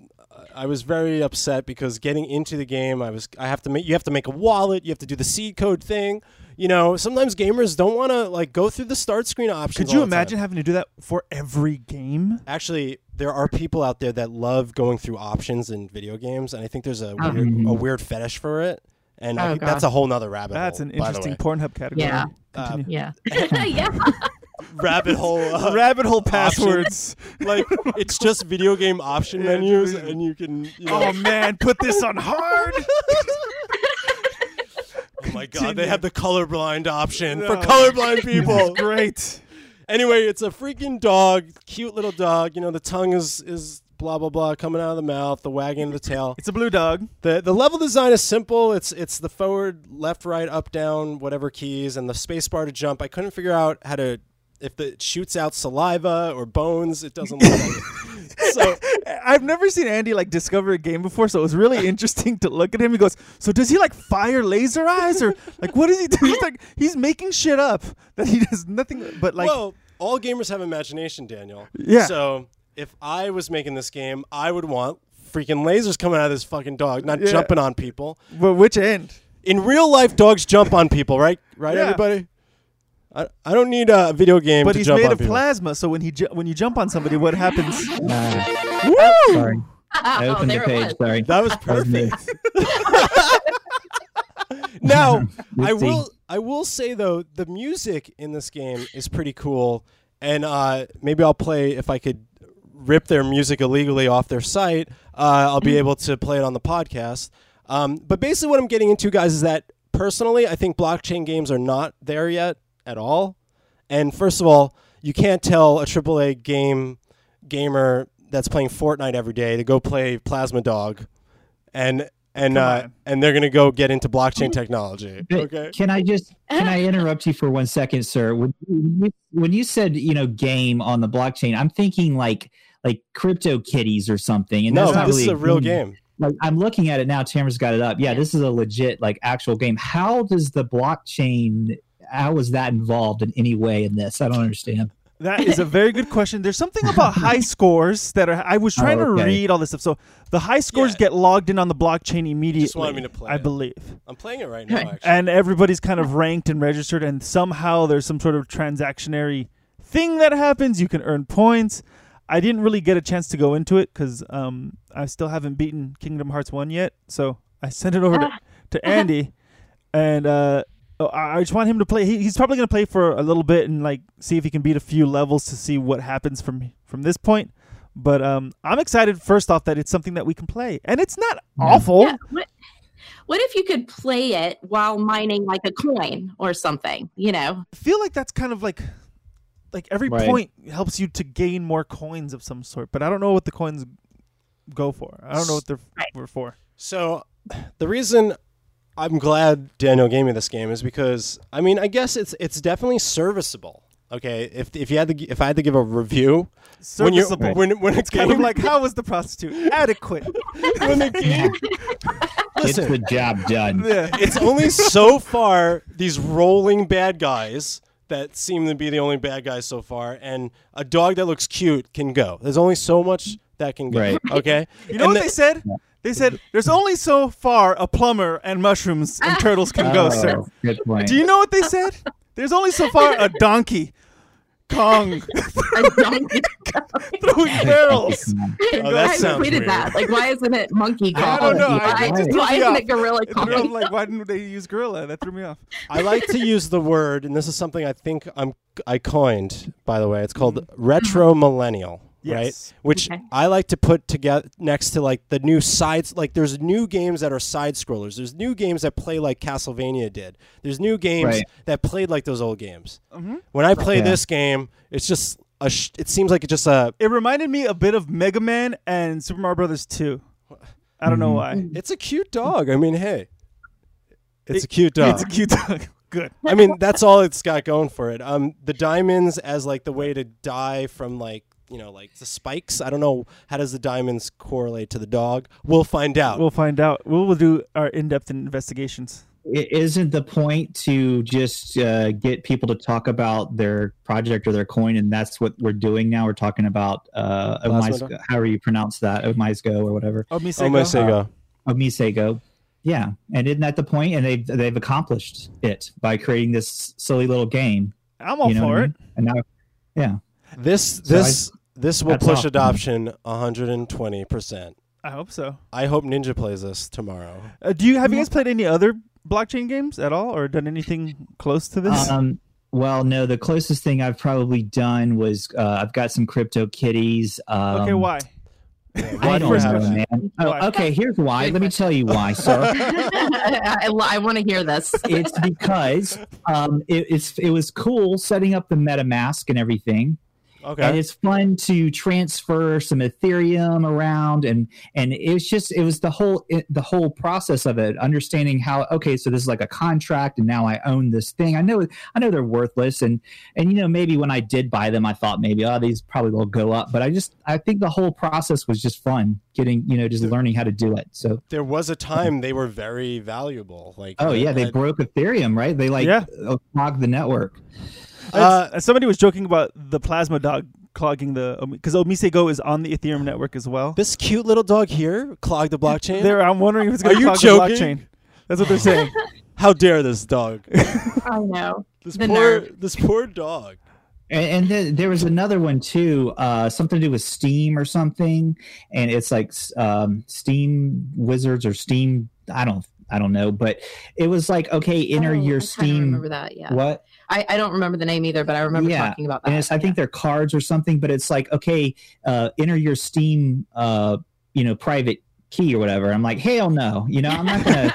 A: I was very upset because getting into the game, I was, I have to make, you have to make a wallet, you have to do the seed code thing. You know, sometimes gamers don't want to like go through the start screen options.
B: Could you
A: all the time.
B: imagine having to do that for every game?
A: Actually, there are people out there that love going through options in video games, and I think there's a
C: Oh.
A: weird,
B: Mm-hmm.
A: a weird fetish for it. And I
C: Oh,
A: think
C: God.
A: that's a whole nother rabbit
B: That's
A: hole.
B: an
A: by the
B: interesting
A: way.
B: Pornhub category.
C: Yeah.
B: Continue.
C: Yeah. [LAUGHS] yeah.
A: [LAUGHS] rabbit hole.
B: [LAUGHS]
A: uh,
B: Rabbit hole
A: Options.
B: passwords.
A: like it's just video game option
B: [LAUGHS] Yeah,
A: menus,
B: just-
A: and you can. You know,
B: oh man, put this on
A: [LAUGHS]
B: hard.
A: oh my God,
B: continue.
A: they have the colorblind option for
B: No.
A: colorblind
B: [LAUGHS]
A: people.
B: Great.
A: anyway, it's a freaking dog, cute little dog. You know, the tongue is is blah blah blah coming out of the mouth, the wagging of the tail.
B: It's a blue dog.
A: The the level design is simple. It's it's the forward, left, right, up, down, whatever keys, and the space bar to jump. I couldn't figure out how to if the, it shoots out saliva or bones. It doesn't look like it. So
B: I've never seen Andy like discover a game before, so it was really
A: [LAUGHS]
B: interesting to look at him. He goes, "So does he like fire laser eyes or like what does he do?" He's like he's making shit up that he does nothing but like
A: well, all gamers have imagination, Daniel.
B: Yeah.
A: So if I was making this game, I would want freaking lasers coming out of this fucking dog, not
B: Yeah.
A: jumping on people.
B: but which end?
A: In real life, dogs jump on people, right? Right,
B: Yeah.
A: everybody. I, I don't need a video game
B: But
A: to
B: he's
A: jump
B: made
A: on
B: of
A: people.
B: plasma, so when he ju- when you jump on somebody, what happens?
D: Uh,
B: Woo!
D: sorry, [LAUGHS] I
C: [LAUGHS] oh,
D: opened the
C: there it
D: page.
C: was.
D: Sorry,
A: that
C: [LAUGHS]
A: was
D: That was me.
A: perfect. [LAUGHS] now I
D: Let's see.
A: will I will say though the music in this game is pretty cool, and uh, maybe I'll play if I could rip their music illegally off their site. Uh, I'll be able to play it on the podcast. Um, but basically, what I'm getting into, guys, is that personally, I think blockchain games are not there yet at all. And first of all, you can't tell a AAA game gamer that's playing Fortnite every day to go play Plasma Dog, and and
B: Come
A: uh,
B: on.
A: and they're gonna go get into blockchain technology.
D: But
A: Okay.
D: Can I just can I interrupt you for one second, sir? When you, when you said you know game on the blockchain, I'm thinking like like crypto kitties or something. And
A: No,
D: that's not
A: this
D: really
A: is a real game.
D: Like I'm looking at it now. Tamara's got it up. Yeah, this is a legit like actual game. How does the blockchain? How was that involved in any way in this? I
A: [LAUGHS]
D: don't understand.
B: That is a very good question. There's something
D: [LAUGHS]
B: about high scores that are. I was
D: Oh,
B: trying to
D: okay.
B: read all this stuff. So the high scores get logged in on the blockchain immediately.
A: wanted me to play
B: I
A: it.
B: believe.
A: I'm playing it right
D: [LAUGHS]
A: now. Actually.
B: and everybody's kind of ranked and registered and somehow there's some sort of transactionary thing that happens you can earn points i didn't really get a chance to go into it because um, i still haven't beaten kingdom hearts 1 yet so i sent it over to, to andy and uh, oh, i I just want him to play he, he's probably going to play for a little bit and like see if he can beat a few levels to see what happens from from this point but um, i'm excited first off that it's something that we can play and it's not
D: Yeah.
B: awful
C: Yeah. What, what if you could play it while mining like a coin or something? You know,
B: feel like that's kind of like like every
D: Right.
B: point helps you to gain more coins of some sort, but I don't know what the coins go for. I don't know what they're
C: Right.
B: were for.
A: So, the reason I'm glad Daniel gave me this game is because I mean, I guess it's it's definitely serviceable. Okay, if if you had to gi- if I had to give a review, when you
B: Serviceable.
A: when when it's
B: it's kind of like how was the prostitute adequate?
A: [LAUGHS] when
B: [LAUGHS]
A: the game
D: It's the job done.
B: Yeah.
A: it's only so far these rolling bad guys that seem to be the only bad guys so far, and a dog that looks cute can go. There's only so much that can go.
D: Right.
A: Okay.
B: You know
A: And
B: what
A: the-
B: they said? They said there's only so far a plumber and mushrooms and turtles can go,
D: Oh,
B: sir.
D: Good point.
B: Do you know what they said? There's only so far a donkey, Kong, [LAUGHS]
D: [LAUGHS]
C: I don't-
B: throwing barrels. can
A: Oh,
B: go,
A: that
C: I
A: sounds
C: tweeted
A: weird.
C: that. Like, why isn't it monkey Kong?
B: I don't know. I-
C: Why,
B: it just threw
C: why
B: me
C: isn't
B: off.
C: it gorilla
B: It threw- I'm
C: Kong?
B: like, [LAUGHS] why didn't they use gorilla? That threw me off.
A: I like to use the word, and this is something I think I'm I coined, by the way. It's called
D: Mm-hmm.
A: retro millennial,
B: Yes.
A: right? Which
C: Okay.
A: I like to put together next to like the new sides. Like there's new games that are side scrollers. There's new games that play like Castlevania did. There's new games
D: Right.
A: that played like those old games.
B: Mm-hmm.
A: When I play
D: Yeah.
A: this game, it's just a. Sh- it seems like it's just a.
B: It reminded me a bit of Mega Man and Super Mario Brothers 2. I don't know why.
A: It's a cute dog. I mean, hey, it's a cute dog.
B: It's a cute [LAUGHS] dog. Good.
A: I mean, that's all it's got going for it. Um, the diamonds as like the way to die from like you know like the spikes. I don't know how does the diamonds correlate to the dog. We'll find out.
B: We'll find out. We'll, we'll do our in-depth investigations.
D: I- isn't the point to just uh, get people to talk about their project or their coin and that's what we're doing now we're talking about uh
A: Plasma
D: Omais-
A: dot?
D: however you pronounce that Omisgo or whatever
B: Oh, me
A: oh my Sega.
D: Omisego yeah and isn't that the point and they've they've accomplished it by creating this silly little game
B: I'm all
D: you know
B: for
D: what I
B: it.
D: mean? and now
A: This
D: So I-
A: this This will
D: That's
A: push
D: awesome.
A: adoption 120%.
B: I hope so.
A: I hope Ninja plays this tomorrow.
B: Uh, do you have you guys played any other blockchain games at all, or done anything close to this?
D: Um, well, no, the closest thing I've probably done was uh, I've got some crypto kitties. Um,
B: okay, why?
D: I don't
B: First
D: know,
B: question.
D: man.
B: Why?
D: Oh, okay, here's why.
C: Great
D: Let me tell you
B: [LAUGHS]
D: why, sir.
C: [LAUGHS] I, want to hear this.
D: it's because um, it, it's it was cool setting up the MetaMask and everything,
A: Okay.
D: and
B: Uh,
D: it's fun to transfer some Ethereum around, and and it was just it was the whole it, the whole process of it, understanding how okay, so this is like a contract, and now I own this thing. I know I know they're worthless, and and you know maybe when I did buy them, I thought maybe oh these probably will go up, but I just I think the whole process was just fun, getting you know just learning how to do it. So
A: there was a time they were very valuable. Like
D: Oh
A: uh,
D: yeah, they
A: I-
D: broke Ethereum, right? They like
B: Yeah.
D: uh, clogged the network.
A: Uh,
B: Uh, somebody was joking about the plasma dog clogging the because Omise Go is on the Ethereum network as well.
A: this cute little dog here clogged the blockchain.
B: There, I'm wondering if it's
A: Are
B: going to
A: you
B: clog
A: joking?
B: the blockchain. That's what they're [LAUGHS] saying.
A: How dare this dog?
C: I know.
A: This
C: The
A: poor
C: nerve.
A: this poor dog.
D: And, and then there was another one too, uh, something to do with Steam or something, and it's like s- um, Steam Wizards or Steam. I don't, I don't know, but it was like okay, enter
C: Oh,
D: your
C: I kinda
D: Steam.
C: Remember that? Yeah.
D: What
C: I, I don't remember the name either, but I remember
D: Yeah,
C: talking about that.
D: and it's
C: [LAUGHS]
D: I think they're cards or something, but it's like okay, uh, enter your Steam, uh, you know, private key or whatever. I'm like, hell no, you know, I'm not
C: [LAUGHS]
D: gonna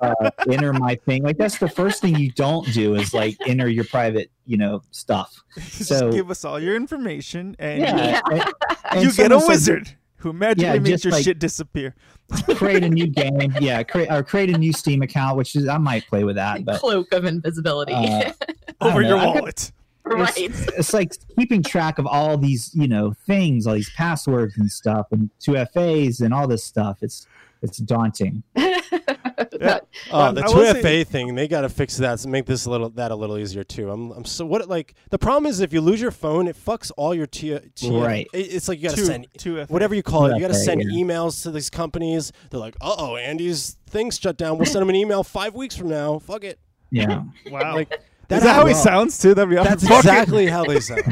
D: uh, enter my thing. Like that's the first thing you don't do is like enter your private, you know, stuff.
B: Just
D: So-
B: give us all your information, and
C: Yeah.
D: And- and
B: you get a
D: someone said,
B: wizard who magically
D: Yeah,
B: makes
D: just
B: your
D: like-
B: shit disappear.
D: create a new game. Yeah, create or create a new Steam account, which is I might play with that,
C: [LAUGHS]
D: but.
C: cloak of invisibility.
D: uh, I don't
B: over
D: know.
B: your
D: I've got-
B: wallet.
C: [LAUGHS] right. [LAUGHS]
D: it's like keeping track of all these you know things all these passwords and stuff and 2fas and all this stuff it's it's daunting
C: That-
A: Oh, the
B: Um, I will
A: two
B: say-
A: FA thing, they gotta fix that to make this little that a little easier too. I'm, I'm so what like the problem is if you lose your phone, it fucks all your T, uh, T
D: Right.
A: it- it's like you gotta
B: Two-
A: send
B: two FA.
A: whatever you call it, you gotta
D: Okay,
A: send
D: yeah.
A: emails to these companies. They're like, uh oh, Andy's thing's shut down. We'll send him an email five weeks from now. Fuck it.
D: yeah
B: Wow.
A: Like
B: is
A: that's
B: that how he
D: well,
B: sounds too? That'd be awesome.
A: that's
B: Fuck it.
A: exactly how they
C: [LAUGHS]
A: sound.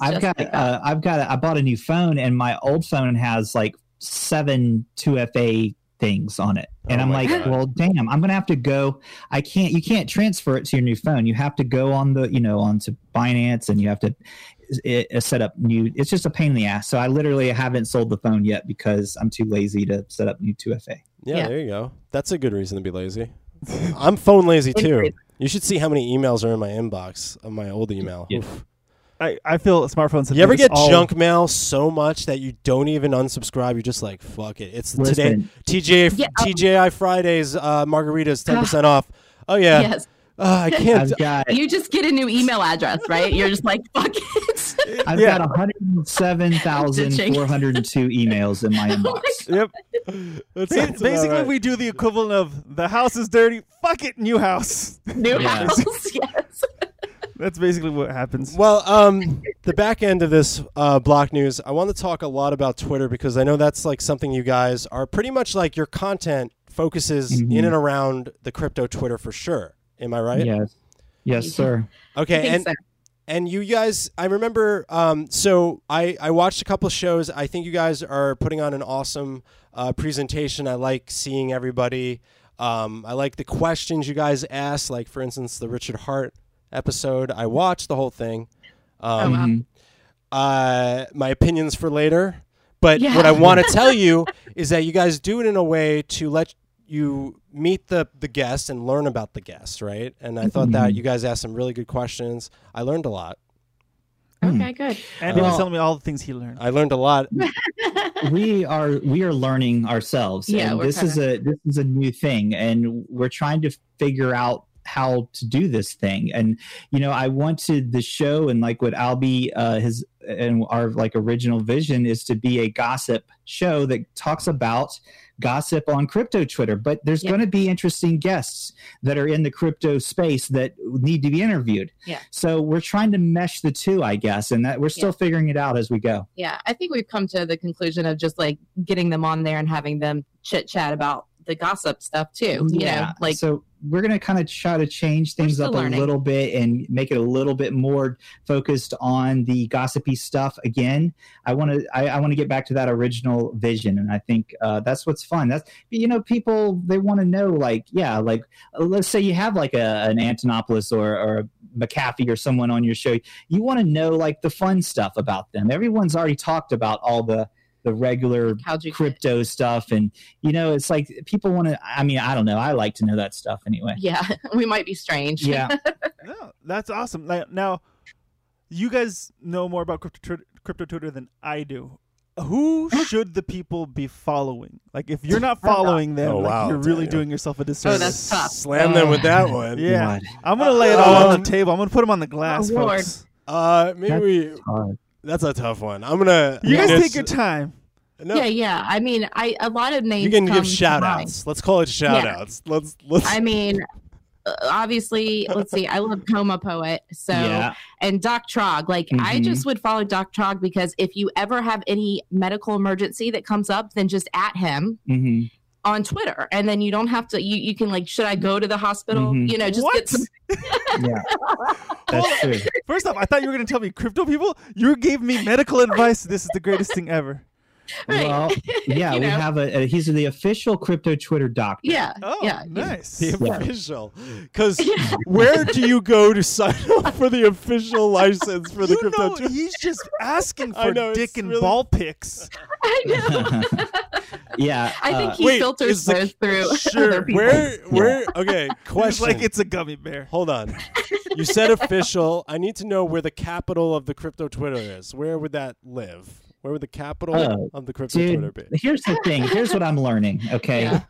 D: i've
C: Just
D: got
C: like that.
D: uh, i've got a, i bought a new phone and my old phone has like seven 2fa things on it and
A: Oh
D: i'm
A: my
D: like
A: God.
D: well damn i'm gonna have to go i can't you can't transfer it to your new phone you have to go on the you know onto binance and you have to it, uh, set up new it's just a pain in the ass so i literally haven't sold the phone yet because i'm too lazy to set up new 2fa
A: Yeah,
C: Yeah.
A: there you go. That's a good reason to be lazy. I'm phone lazy too.
C: Agreed.
A: You should see how many emails are in my inbox of my old email.
D: Yeah.
A: Oof.
B: I, I feel smartphones. have
A: You ever
B: made us
A: get
B: all-
A: junk mail so much that you don't even unsubscribe? You're just like, fuck it. It's today
D: Listen.
A: TJ
C: Yeah, um,
A: TJI Fridays uh,
C: [LAUGHS]
A: margaritas ten percent off. Oh yeah,
C: Yes.
A: Ah, I can't.
D: I've got
C: You just get a new email address, right? You're just like, fuck it. [LAUGHS]
D: I've
B: Yeah.
D: got 107,402 emails in
C: [LAUGHS] Oh
D: my inbox.
A: [LAUGHS]
B: Yep.
A: [LAUGHS] That
B: Ba-
A: sounds about
B: Basically,
A: right.
B: we do the equivalent of the house is dirty. Fuck it, new house. [LAUGHS]
C: New
D: Yeah.
C: house. [LAUGHS] Yes.
B: That's basically what happens.
A: Well, um, the back end of this uh, block news, I want to talk a lot about Twitter because I know that's like something you guys are pretty much like your content focuses
B: Mm-hmm.
D: Mhm.
A: in and around the crypto Twitter for sure. Am I right?
D: Yes. Yes, sir.
C: I
A: Okay.
C: think
A: And
C: so.
A: and you guys, I remember. Um, so I I watched a couple shows. I think you guys are putting on an awesome uh, presentation. I like seeing everybody. Um, I like the questions you guys ask. Like for instance, the Richard Hart episode. I watched the whole thing. Um,
C: oh, wow.
D: Mhm.
A: uh, my opinions for later. But
C: Yeah.
A: what I
C: [LAUGHS]
A: want to tell you is that you guys do it in a way to let you meet the the guest and learn about the guest, right? And I thought that
D: Mhm.
C: Mm-hmm.
A: you guys asked some really good questions. I learned a lot.
D: Hmm.
C: Okay, good.
B: Andy was
D: Well-
B: telling me all the things he learned.
A: I learned a lot.
C: [LAUGHS]
D: We are we are learning ourselves.
C: Yeah,
D: and
C: we're
D: this is a this is a new thing and we're trying to figure out how to do this thing. And you know, I wanted the show and like what Albie uh his and our like original vision is to be a gossip show that talks about gossip on crypto Twitter. But there's
C: Yeah.
D: going to be interesting guests that are in the crypto space that need to be interviewed.
C: Yeah.
D: So we're trying to mesh the two, I guess, and that we're still figuring it out as we go.
C: Yeah, I think we've come to the conclusion of just like getting them on there and having them chit chat about the gossip stuff too. You know, like
D: so we're going to kind of try to change things
C: still
D: up
C: learning.
D: a little bit and make it a little bit more focused on the gossipy stuff again. I want to I, I want to get back to that original vision, and I think uh, that's what's fun. That's you know people they want to know like yeah like uh, let's say you have like a, an Antonopoulos or or a McAfee or someone on your show, you want to know like the fun stuff about them. Everyone's already talked about all the the regular
C: How'd you get-
D: crypto stuff and you know it's like people want to i mean i don't know i like to know that stuff anyway
C: Yeah, [LAUGHS] we might be strange.
D: yeah
B: No, that's awesome. Now, now, you guys know more about crypto Twitter, crypto Twitter than I do. [LAUGHS] Who should the people be following? Like, if [LAUGHS] you're not following them,
A: Oh,
B: like,
A: wow,
B: you're really
A: Daniel.
B: doing yourself a
C: Oh,
B: disservice.
C: that's tough.
A: Slam them with that one.
B: Yeah.
D: God,
B: I'm gonna lay it all on
A: Um,
B: the table. I'm gonna put them on the glass,
C: Oh, Lord.
B: folks.
A: Uh, maybe we,
D: it's hard.
A: that's a tough one. I'm gonna.
B: You guys
A: it's-
B: take your time.
A: no,
C: [LAUGHS] yeah, yeah. I mean, I a lot of names.
A: You can
C: come
A: give
C: to
A: shout
C: mind.
A: outs. Let's call it shout outs. Let's let's.
C: I mean, uh, obviously, let's see. I love Coma Poet, so
D: yeah
C: and Doc Trog. Like, I
D: Mhm.
C: just would follow Doc Trog because if you ever have any medical emergency that comes up, then just at him
D: hmm
C: on Twitter, and then you don't have to. You you can like, should I go to the hospital?
D: Mhm.
C: You know, just
B: what?
C: [LAUGHS] get some. [LAUGHS]
D: yeah that's true
B: First off, I thought you were gonna tell me crypto people. You gave me medical advice. This is the greatest thing ever.
C: Right.
D: well yeah
C: You
D: we
C: know.
D: have a, a he's the official crypto twitter doctor [LAUGHS]
C: Yeah, [LAUGHS]
B: Oh,
C: yeah. you-
B: nice.
A: the
D: Yeah.
A: official, because
C: [LAUGHS] Yeah.
A: where do you go to sign up for the official license for the
B: You
A: crypto?
B: know,
A: Twitter?
B: he's just asking
A: I
B: for
A: know,
B: dick
A: it's
B: and
A: really-
B: ball pics.
C: I know.
D: yeah
C: I think
D: uh,
C: he
A: wait,
C: filters
A: is the-
C: those
D: [LAUGHS]
C: through. [LAUGHS]
B: Sure.
A: Where where? Okay,
B: He's
A: question.
B: like [LAUGHS] it's a gummy bear.
A: Hold
C: [LAUGHS]
A: on. You said official. I need to know where the capital of the crypto Twitter is. Where would that live? Where would the capital
B: Uh,
D: Oh,
A: of the crypto Twitter
D: Dude,
A: be?
D: here's the thing. Here's what I'm learning. Okay,
C: Yeah.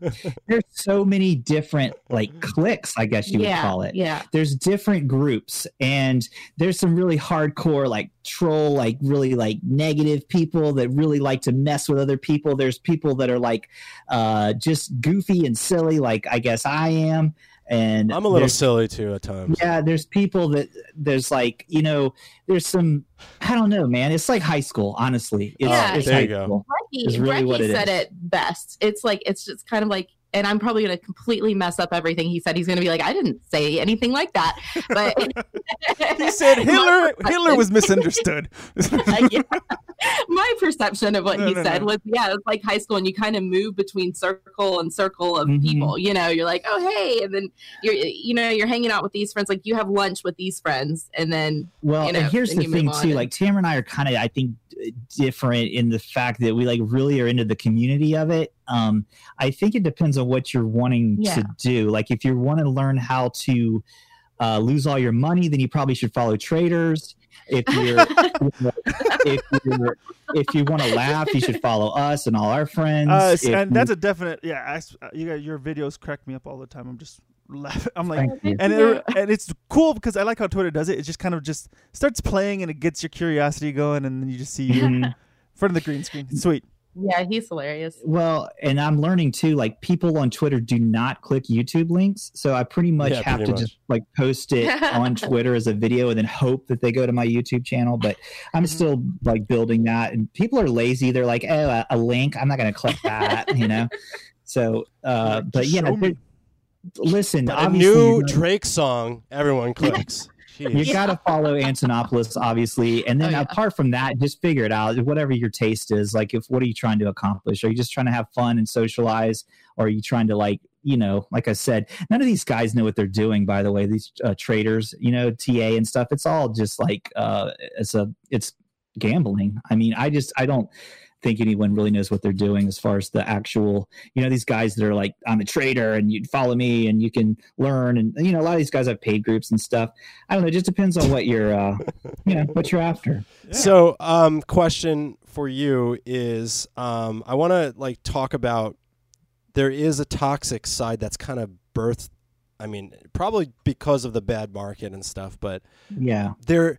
D: there's so many different like cliques, I guess you would
C: yeah,
D: call it.
C: yeah.
D: there's different groups and there's some really hardcore like troll like really like negative people that really like to mess with other people there's people that are like uh just goofy and silly like i guess i am and
A: I'm a little
D: there's-
A: silly too at times.
D: yeah there's people that there's like you know there's some i don't know man it's like high school honestly it's,
C: Yeah.
D: it's
A: There
D: high
A: you go.
D: school.
C: Brecky,
D: is really what it
C: said
D: is.
C: it best. It's like it's just kind of like, and I'm probably going to completely mess up everything he said. He's going to be like, I didn't say anything like that,
B: [LAUGHS]
C: but [LAUGHS]
B: He said Hitler Hitler was
D: [LAUGHS]
B: misunderstood. [LAUGHS]
C: Like, yeah. My perception of what
B: No,
C: he
B: no,
C: said
B: no.
C: was, yeah, it's like high school, and you kind of move between circle and circle of
D: Mhm.
C: people. You know, you're like, oh hey, and then you're, you know, you're hanging out with these friends, like you have lunch with these friends, and then
D: Well,
C: you know,
D: and here's
C: then
D: the
C: you move
D: thing
C: on
D: too.
C: and-
D: Like Tamara and I are kind of, I think, d- different in the fact that we like really are into the community of it. Um, I think it depends on what you're wanting
C: Yeah.
D: to do. Like if you want to learn how to uh, lose all your money, then you probably should follow traders. If you're if you're if you want to laugh, you should follow us and all our friends.
B: Uh,
D: If
B: and
D: you-
B: that's a definite yeah. I s uh, you guys, your videos crack me up all the time. I'm just laughing. I'm like,
D: Thank you.
B: and it, and it's cool because I like how Twitter does it. It just kind of just starts playing and it gets your curiosity going, and then you just see
D: [LAUGHS]
B: you in
D: Mhm.
B: front of the green screen. Sweet.
C: yeah, he's hilarious.
D: Well, and I'm learning too, like people on Twitter do not click YouTube links. So I pretty much
A: Yeah,
D: have
A: pretty
D: to
A: much.
D: just like post it on Twitter as a video and then hope that they go to my YouTube channel. But I'm
B: Mhm.
D: still like building that. And people are lazy. They're like, oh, a, a link. I'm not going to click that, you know? So, uh,
B: Like,
D: but
B: just
D: yeah,
B: show me.
D: listen,
A: A
D: obviously
A: new
D: you know-
A: Drake song. Everyone clicks.
D: you
A: Jeez.
C: Yeah.
D: gotta follow Antonopoulos, obviously, and then
C: Oh, yeah.
D: apart from that, just figure it out. Whatever your taste is, like, if what are you trying to accomplish? Are you just trying to have fun and socialize, or are you trying to like, you know, like I said, none of these guys know what they're doing. By the way, these uh, traders, you know, TA and stuff. It's all just like uh, it's a it's gambling. I mean, I just I don't think anyone really knows what they're doing as far as the actual you know these guys that are like i'm a trader and you follow me and you can learn and you know a lot of these guys have paid groups and stuff I don't know. It just depends on what you're, uh, you know, what you're after.
A: So, um, question for you is, um, I want to like talk about. There is a toxic side that's kind of birthed. I mean, probably because of the bad market and stuff, but
D: Yeah.
A: there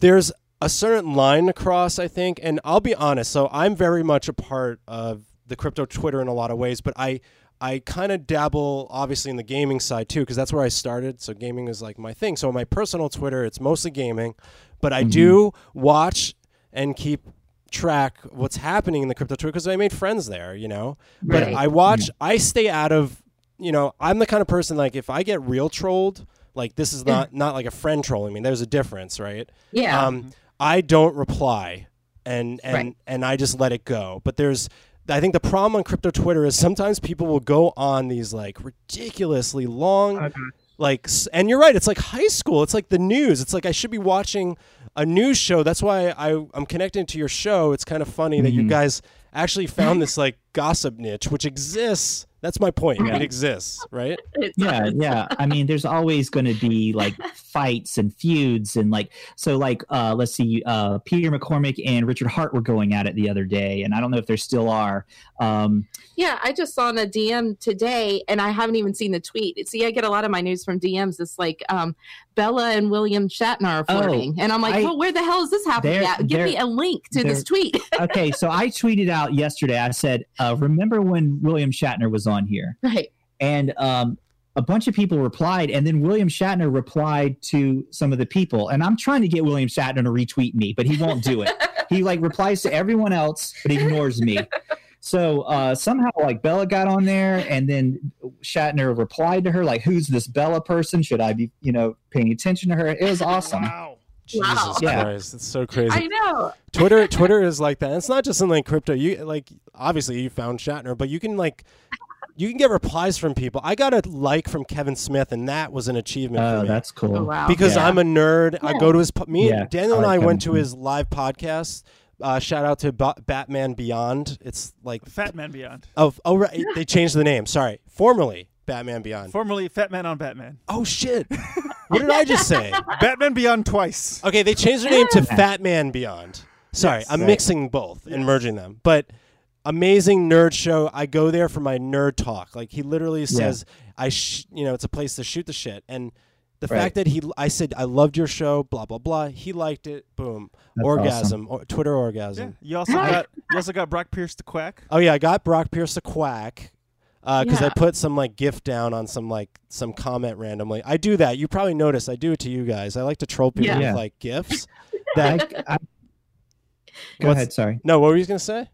A: there's a certain line across i think and i'll be honest so i'm very much a part of the crypto twitter in a lot of ways but i i kind of dabble obviously in the gaming side too because that's where i started so gaming is like my thing so on my personal twitter it's mostly gaming but i do watch and keep track of what's happening in the crypto twitter because i made friends there you know but
C: Right.
A: i watch i stay out of you know, I'm the kind of person like if I get real trolled, like this is not not like a friend trolling me. There's a difference, right?
D: Uh,
C: Yeah.
A: um, I don't reply, and and
C: Right.
A: and I just let it go. But there's, I think the problem on crypto Twitter is sometimes people will go on these like ridiculously long,
D: Okay.
A: like, s- and you're right, it's like high school. It's like the news. It's like I should be watching a news show. That's why I I'm connecting to your show. It's kind of funny that you
D: Mhm.
A: guys actually found this like gossip niche which exists. That's my point.
C: Yeah.
A: It exists, right?
C: It's-
D: yeah yeah i mean there's always going to be like fights and feuds and like so like uh let's see uh peter mccormick and richard hart were going at it the other day and i don't know if there still are um
C: Yeah, I just saw in a DM today, and I haven't even seen the tweet. See, I get a lot of my news from DMs. It's like um, Bella and William Shatner are
D: Oh,
C: flirting, and I'm like,
D: I-
C: well, where the hell is this happening?
D: They're-
C: At? Give
D: they're-
C: me a link to this
D: they're-
C: tweet. [LAUGHS]
D: okay so i tweeted out yesterday i said uh remember when william shatner was on here
C: right.
D: and um, a bunch of people replied and then william shatner replied to some of the people and i'm trying to get william shatner to retweet me but he won't do
C: [LAUGHS]
D: it he like replies to everyone else but ignores me so uh, somehow like bella got on there and then shatner replied to her like who's this bella person should i be you know paying attention to her it was awesome
B: Wow.
C: Wow.
A: Jesus
D: Yeah.
A: Christ, it's so crazy.
C: I know.
D: [LAUGHS]
A: Twitter Twitter is like that. And it's not just in like crypto. You like obviously you found Shatner, but you can like you can get replies from people. I got a like from Kevin Smith, and that was an achievement
D: oh
A: for me.
D: that's cool
C: Oh, wow.
A: because
D: Yeah.
A: I'm a nerd. I go to his po- me
D: Yeah,
A: and Daniel
D: I
A: and I
D: like
A: went
D: Kevin
A: to his live podcast. Uh, shout out to Ba- Batman Beyond. It's like
B: Fat Man Beyond.
A: oh oh right, they changed the name. Sorry, formerly Batman Beyond.
B: Formerly Fat Man on Batman.
A: oh shit, what did I just say?
B: Batman Beyond twice.
A: Okay, they changed their name to Fat Man Beyond. Sorry, I'm
D: Right.
A: mixing both and merging them. But amazing nerd show. I go there for my nerd talk. Like he literally says, "I, sh- you know, it's a place to shoot the shit." And the
D: Right.
A: fact that he, I said, I loved your show. Blah blah blah. He liked it. Boom.
D: That's
A: orgasm. Or, Twitter
B: Yeah.
A: orgasm.
B: You also got you also got Brock Pierce the Quack.
A: Oh yeah, I got Brock Pierce a quack. Because I
C: Yeah.
A: put some like gift down on some like some comment randomly. I do that. You probably notice I do it to you guys. I like to troll people
C: Yeah.
A: with
D: Yeah.
A: like gifts.
D: I,
A: That
C: [LAUGHS]
D: I, go
A: What's-
D: ahead sorry
A: No, what were you gonna say?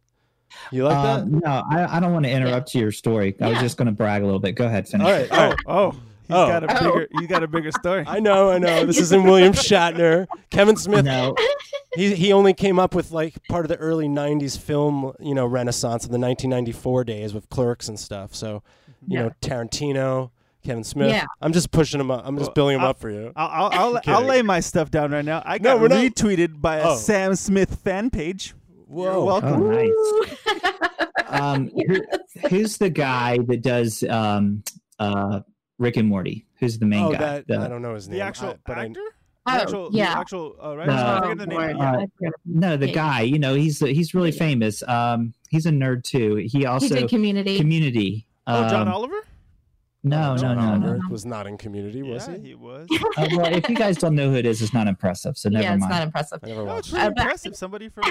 A: You like
D: Um, no, I, I don't want to interrupt your story. I was
C: Yeah.
D: just going to brag a little bit. Go ahead,
A: that?
D: finish.
A: All right, all
D: [LAUGHS]
A: right.
B: Oh, he's
A: Oh.
B: got a
C: Oh.
A: [LAUGHS]
B: bigger you got a bigger story.
A: I know, I know. This isn't William Shatner. Kevin Smith.
D: No,
A: He he only came up with like part of the early '90s film, you know, renaissance of the 1994 days with Clerks and stuff. So, you
C: Yeah.
A: know, Tarantino, Kevin Smith.
C: Yeah.
A: I'm just pushing him up. I'm just
B: Well,
A: building him
B: I-
A: up for you.
B: I'll I'll, I'll,
A: Okay.
B: I'll lay my stuff down right now. I
A: No,
B: got
A: we're not-
B: retweeted by a
A: Oh.
B: Sam Smith fan page. You're
A: Whoa.
B: welcome.
D: Oh, nice. [LAUGHS]
C: Ooh. [LAUGHS]
D: Um, who, who's the guy that does um, uh, Rick and Morty? Who's the main
A: oh,
D: guy?
A: that
D: The-
A: I don't know his name.
B: The actual
A: I- but I-
B: actor.
C: Oh,
B: the actual, the
C: yeah.
B: actual uh, right?
D: No.
B: I
C: Oh,
B: forget the name.
C: boy.
B: Yeah.
D: Uh,
C: I forgot.
D: no, the
C: Yeah.
D: guy. You know, he's he's really
C: Yeah.
D: famous. Um, he's a nerd too. He
C: he
D: also
C: did community.
D: community.
B: Oh, John
D: um,
B: Oliver.
D: No, no,
A: John
D: no, no.
A: Oliver was not in Community, was
B: yeah,
A: he?
B: he was.
D: Uh, well, if you guys don't know who it is, it's not impressive. So never
C: yeah, it's
D: mind.
C: not impressive.
A: I never
B: No, it's
A: watched.
B: pretty
C: Uh, but-
B: impressive. Somebody from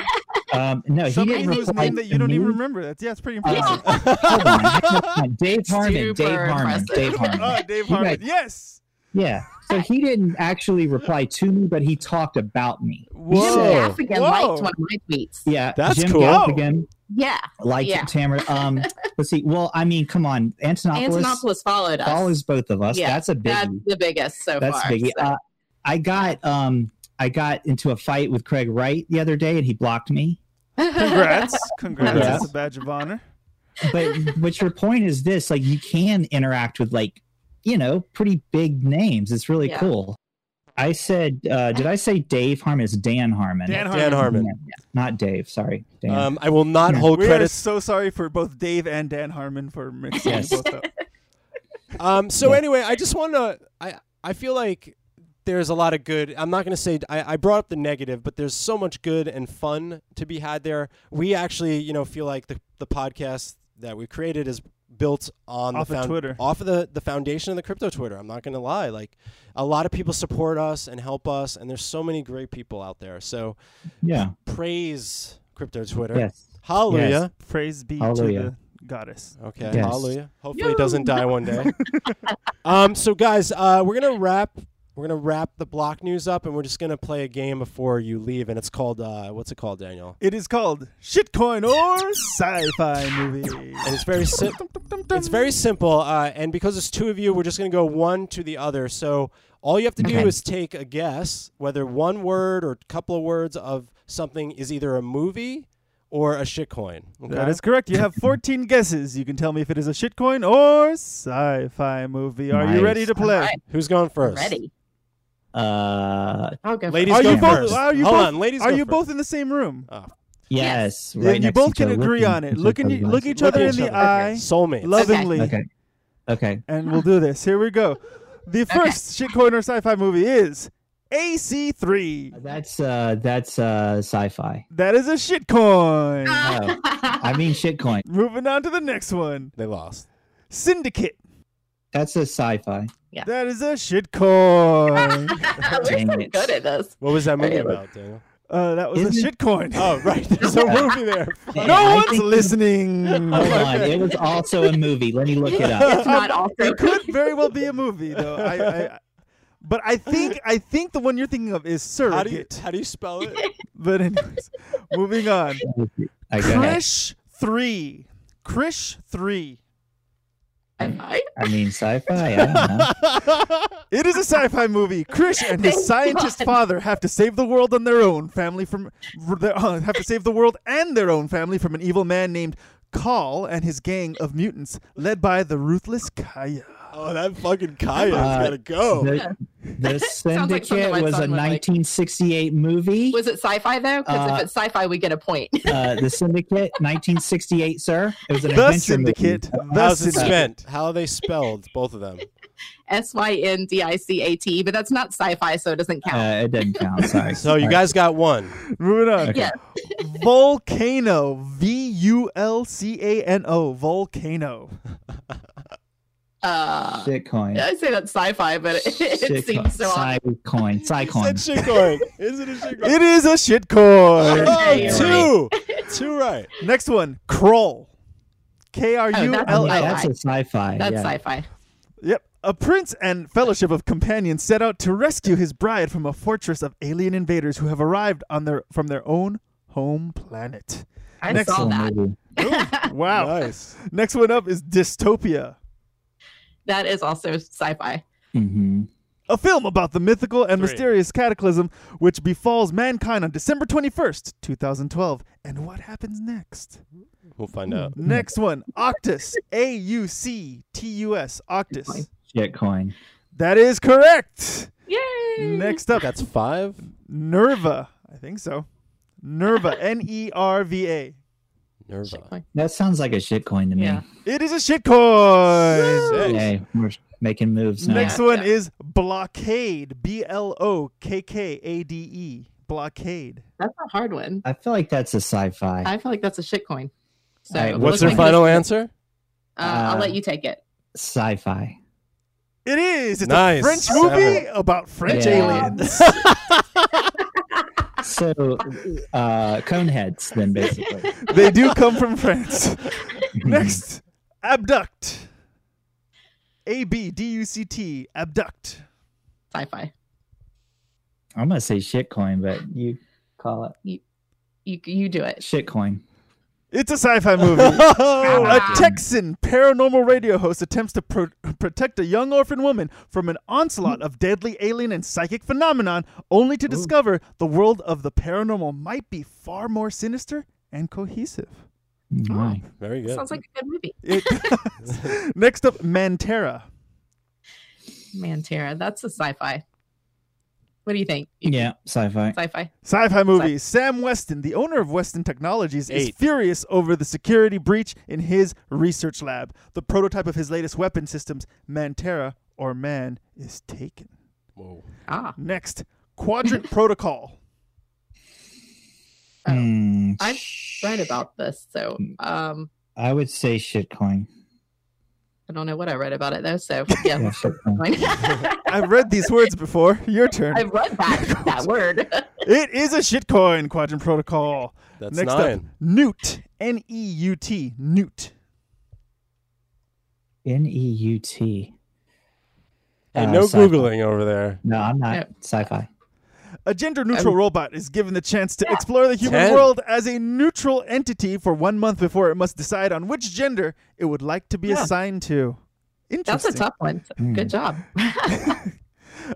D: um, no, he
B: somebody
D: didn't
B: whose
D: reply
B: name that
D: to
B: you don't even
D: me.
B: remember. That's yeah, it's pretty
D: Uh,
B: impressive. [LAUGHS]
D: [LAUGHS] Hold on, hold on. [LAUGHS] Dave Harmon. Dave
C: Super
D: Harmon.
C: impressive.
B: [LAUGHS]
D: Dave Harmon.
B: Oh, Dave
D: You
B: Harmon.
D: guys-
B: Yes.
D: Yeah. So he didn't actually reply to me, but he talked about me.
C: Jim
A: Whoa.
C: Gaffigan
B: Whoa.
C: liked one of my tweets. Yeah.
D: Yeah.
A: That's
D: Jim
A: cool.
D: Gaffigan liked
C: Yeah.
D: Tamara.
C: [LAUGHS]
D: Um, let's see. Well, I mean, come on. Antonopoulos,
C: Antonopoulos followed us.
D: follows both of us.
C: Yeah,
D: That's a
C: That's
D: biggie.
C: the biggest so
D: That's,
C: far.
D: a biggie. [LAUGHS]
C: so-
D: Uh, I got um, I got into a fight with Craig Wright the other day, and he blocked me.
B: Congrats.
D: [LAUGHS]
B: Congrats.
D: Yeah.
B: That's a badge of honor.
C: [LAUGHS]
D: But but your point is this: like, you can interact with like, you know, pretty big names. It's really
C: Yeah.
D: cool. I said, uh, did I say Dave Harmon? It's Dan Harmon.
B: Dan
A: Dan Harmon.
D: Not Dave. Sorry. Dan.
A: Um, I will not hold
B: We are
A: credits
B: so sorry for both Dave and Dan Harmon for mixing
D: Yes.
B: both up.
A: Um, so
D: Yeah.
A: anyway, I just want to. I I feel like there's a lot of good. I'm not going to say I, I brought up the negative, but there's so much good and fun to be had there. We actually, you know, feel like the the podcast that we created is built on
B: Off
A: the
B: of
A: found-
B: Twitter.
A: off of the the foundation of the crypto Twitter. I'm not going to lie. Like a lot of people support us and help us, and there's so many great people out there. So
D: yeah.
A: praise crypto Twitter.
D: Yes.
A: Hallelujah.
B: Praise be to
D: Hallelujah.
B: the goddess.
A: Okay.
D: Yes.
A: Hallelujah. Hopefully it
C: Yoo-hoo.
A: doesn't die one day. um, so guys, uh, we're gonna wrap We're gonna wrap the block news up, and we're just gonna play a game before you leave, and it's called uh, what's it called, Daniel?
B: It is called Shitcoin or Sci-Fi Movie.
A: And it's very simple. It's very simple, uh, and because it's two of you, we're just gonna go one to the other. So all you have to
D: Okay.
A: do is take a guess whether one word or couple of words of something is either a movie or a shitcoin. Okay?
B: That is correct. You have 14 guesses. You can tell me if it is a shitcoin or sci-fi movie. Are you ready
D: Nice.
B: to play?
C: Alright,
A: Who's going first?
C: ready.
D: Uh,
C: I'll go.
A: Ladies
B: Are
A: go
B: you both?
A: first.
B: Are you
A: Hold
B: both?
A: on, ladies.
B: Are
A: go
B: you
A: first.
B: both in the same room?
D: yes.
C: Yes.
D: Right
B: you
D: next
B: both
D: to
B: can
D: each other,
B: agree
D: looking-
B: on it. Look, in,
D: looking-
B: look each
A: Look
B: other
A: at
B: in
A: each
B: the
A: other.
B: eye,
A: Soulmates.
B: lovingly,
D: Okay. Okay.
B: and we'll do this. Here we go. The first shitcoin or sci-fi movie is AC3.
D: That's uh, that's uh, sci-fi.
B: That is a shitcoin.
C: Ah. [LAUGHS]
D: No, I mean shitcoin.
B: Moving on to the next one,
A: They lost.
B: Syndicate.
D: That's a sci-fi.
B: That is a shitcoin.
C: We're
D: Dang
C: so
D: it.
C: good at this.
A: What was that movie
C: Okay, look.
A: about, Daniel?
B: uh, that was
D: Isn't
B: a shitcoin.
A: [LAUGHS] Oh, right. There's a movie there.
B: [LAUGHS]
D: Man,
B: no
D: I
B: one's [LAUGHS]
D: think- Oh,
B: listening.
D: Hold on. It was also a movie. Let me look it
B: [LAUGHS]
D: up.
C: It's not all
B: It could very well be a movie, though. I, I, but I think I think the one you're thinking of is
A: [LAUGHS] How do you
B: Surrogate.
A: how do you spell it?
B: But anyways, moving on.
D: I go ahead.
B: Krish three, Krish three.
C: I,
D: I mean sci-fi. I don't know.
B: It is a sci-fi movie. Krish and his
C: Thank
B: scientist
C: God.
B: father have to save the world and their own family from r- their, uh, have to save the world and their own family from an evil man named Call and his gang of mutants led by the ruthless Kaya.
A: oh, that fucking Kaya has
D: Uh,
A: got to go.
D: The,
B: [LAUGHS]
D: the
C: Sounds like something
D: Syndicate
C: my
D: was a
C: son would like.
D: 1968 movie.
C: was it sci-fi though? Because if
D: Uh,
C: it's sci-fi, we get a point. [LAUGHS]
D: uh, the Syndicate, 1968, sir. It was an
B: The
D: adventure
B: Syndicate.
D: movie.
B: The
A: How's it
B: Syndicate.
A: spent? How are they spelled? Both of them.
C: S Y N D I C A T, but that's not sci-fi, so it doesn't count.
D: Uh, it doesn't count. Sorry.
A: So you
D: Sorry.
A: guys got one.
B: Moving
C: [LAUGHS]
B: on.
C: Yeah.
B: Volcano. V U L C A N O. Volcano.
C: Uh,
D: Shitcoin.
C: I say that's sci-fi, but [LAUGHS] it, it
D: Shitcoin.
C: seems so off.
D: Psycoin.
A: Said
D: Psycoin.
A: shitcoin. Is it a shitcoin?
B: It is a
C: [LAUGHS]
B: shitcoin.
C: Okay,
A: Oh, two, two right.
B: Next one. Kroll. K R U L E
C: Oh,
B: L.
D: That's a sci-fi.
C: That's
D: yeah.
C: sci-fi.
B: Yep. A prince and fellowship of companions set out to rescue his bride from a fortress of alien invaders who have arrived on their from their own home planet.
C: I
B: Next
C: saw
D: Cool
C: that.
D: movie.
B: Wow.
A: Nice.
B: Next one up is Dystopia.
C: That is also sci-fi.
D: Mhm.
B: A film about the mythical and
A: Three.
B: mysterious cataclysm which befalls mankind on December 21st, 2012. And what happens next?
A: We'll find out.
B: [LAUGHS] Next one, Octus. A U C T U S. Octus.
D: Shitcoin.
B: That is correct.
C: Yay!
B: Next up,
A: That's five.
B: Nerva. I think so. Nerva. [LAUGHS] N E R V A.
A: Nerva.
D: That sounds like a shitcoin to me.
C: Yeah.
B: It is a shitcoin.
A: Six.
D: Hey, we're making moves now.
B: Next
C: Yeah.
B: one
C: Yeah.
B: is Blockade. B L O K K A D E. Blockade.
C: That's a hard one.
D: I feel like that's a sci-fi.
C: I feel like that's a shit coin. So
D: Alright,
C: it
A: What's
C: looks
A: your
C: like
A: final answer?
C: this- Uh, I'll
D: Uh,
C: let you take it.
D: sci-fi.
B: It is. It's
A: Nice.
B: a French
A: Seven.
B: movie about French
D: Yeah.
C: [LAUGHS]
B: aliens.
D: So, uh, coneheads, then basically.
B: they do come from France. [LAUGHS] Next, abduct. A B D U C T. Abduct.
C: Sci-fi.
D: [LAUGHS] I'm gonna say shitcoin, but you call it
C: You you do it.
D: shitcoin.
B: It's [LAUGHS] a sci-fi movie. A Texan paranormal radio host attempts to pro- protect a young orphan woman from an onslaught of deadly alien and psychic phenomenon, only to discover the world of the paranormal might be far more sinister and cohesive.
D: Wow.
A: Very good.
C: Sounds like a good movie.
B: It- [LAUGHS] Next up, Mantera.
C: Man, Tara, that's a sci-fi. What do you think?
D: Yeah, sci-fi.
C: Sci-fi.
B: Sci-fi movie. Sam Weston, the owner of Weston Technologies, is
A: Eight.
B: furious over the security breach in his research lab. The prototype of his latest weapon systems, Mantera or Man, is taken.
A: Whoa.
C: Ah,
B: Next, Quadrant Protocol.
C: Oh.
D: Hmm,
C: I'm right about this. So,
B: Mm.
C: um,
D: I would say shitcoin.
C: I don't know what I read about it
B: [LAUGHS]
C: though. So,
D: Yeah,
C: yeah.
D: shitcoin.
B: I've read these words before. Your turn.
C: [LAUGHS] I've read that
B: [LAUGHS]
C: that word.
B: It is a shitcoin, Quadrant Protocol.
A: That's
B: Next up,
A: nine.
B: Newt. N E U T. Newt.
D: N e u t.
A: And
D: Uh,
A: no
D: sci-fi.
A: Googling over there.
D: No, I'm not
C: Yep.
D: sci-fi.
B: A gender neutral
C: Um,
B: robot is given the chance to explore the human
A: Ten.
B: world as a neutral entity for one month before it must decide on which gender it would like to be
C: Yeah.
B: assigned to. Interesting. Hmm.
C: That's a tough one.
D: Mm,
C: Good job.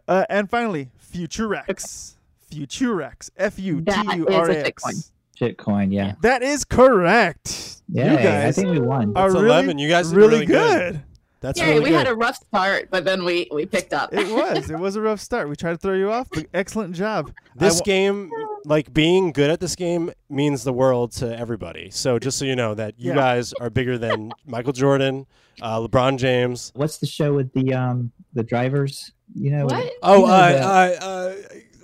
B: Uh, and finally, Futurex. Futurax. F U T
C: That is
B: U
C: a
B: R A
C: thick one.
B: X.
D: Shitcoin, yeah.
B: That is correct.
D: Yeah,
B: you guys
D: I think we won.
B: are
A: That's
B: really,
A: 11. You guys did
B: really,
A: really good.
B: good.
A: That's
C: Yeah,
A: really
C: we
A: good.
C: had a rough start, but then we we picked up.
B: It was. It was a rough start. We tried to throw you off, but excellent job. I
A: this
B: wa-
A: game, like being good at this game, means the world to everybody. So just so you know that you
B: Yeah.
A: guys are bigger
C: [LAUGHS]
A: than Michael Jordan, uh, LeBron James.
D: What's the show with the um the drivers? You know,
C: What?
A: Oh,
D: You know
A: uh,
D: that-
A: uh, uh,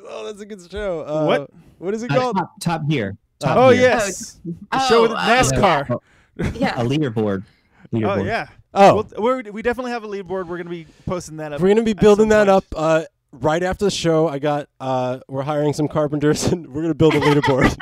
A: oh, that's a good show. Uh,
B: What?
A: What is it
D: uh,
A: called?
D: top, top Gear. Top
B: oh,
D: Gear.
B: yes. The show with
C: Oh, oh,
B: NASCAR.
D: yeah.
C: Yeah.
B: [LAUGHS]
D: A leaderboard.
B: Oh,
D: leaderboard.
B: yeah.
A: Oh,
B: Well, we're, we definitely have a lead board. We're going to be posting that up.
A: we're gonna be
B: at
A: building
B: some
A: that up
B: point.
A: uh, right after the show. I got. Uh, we're hiring some carpenters, and [LAUGHS] we're gonna build a [LAUGHS] leaderboard.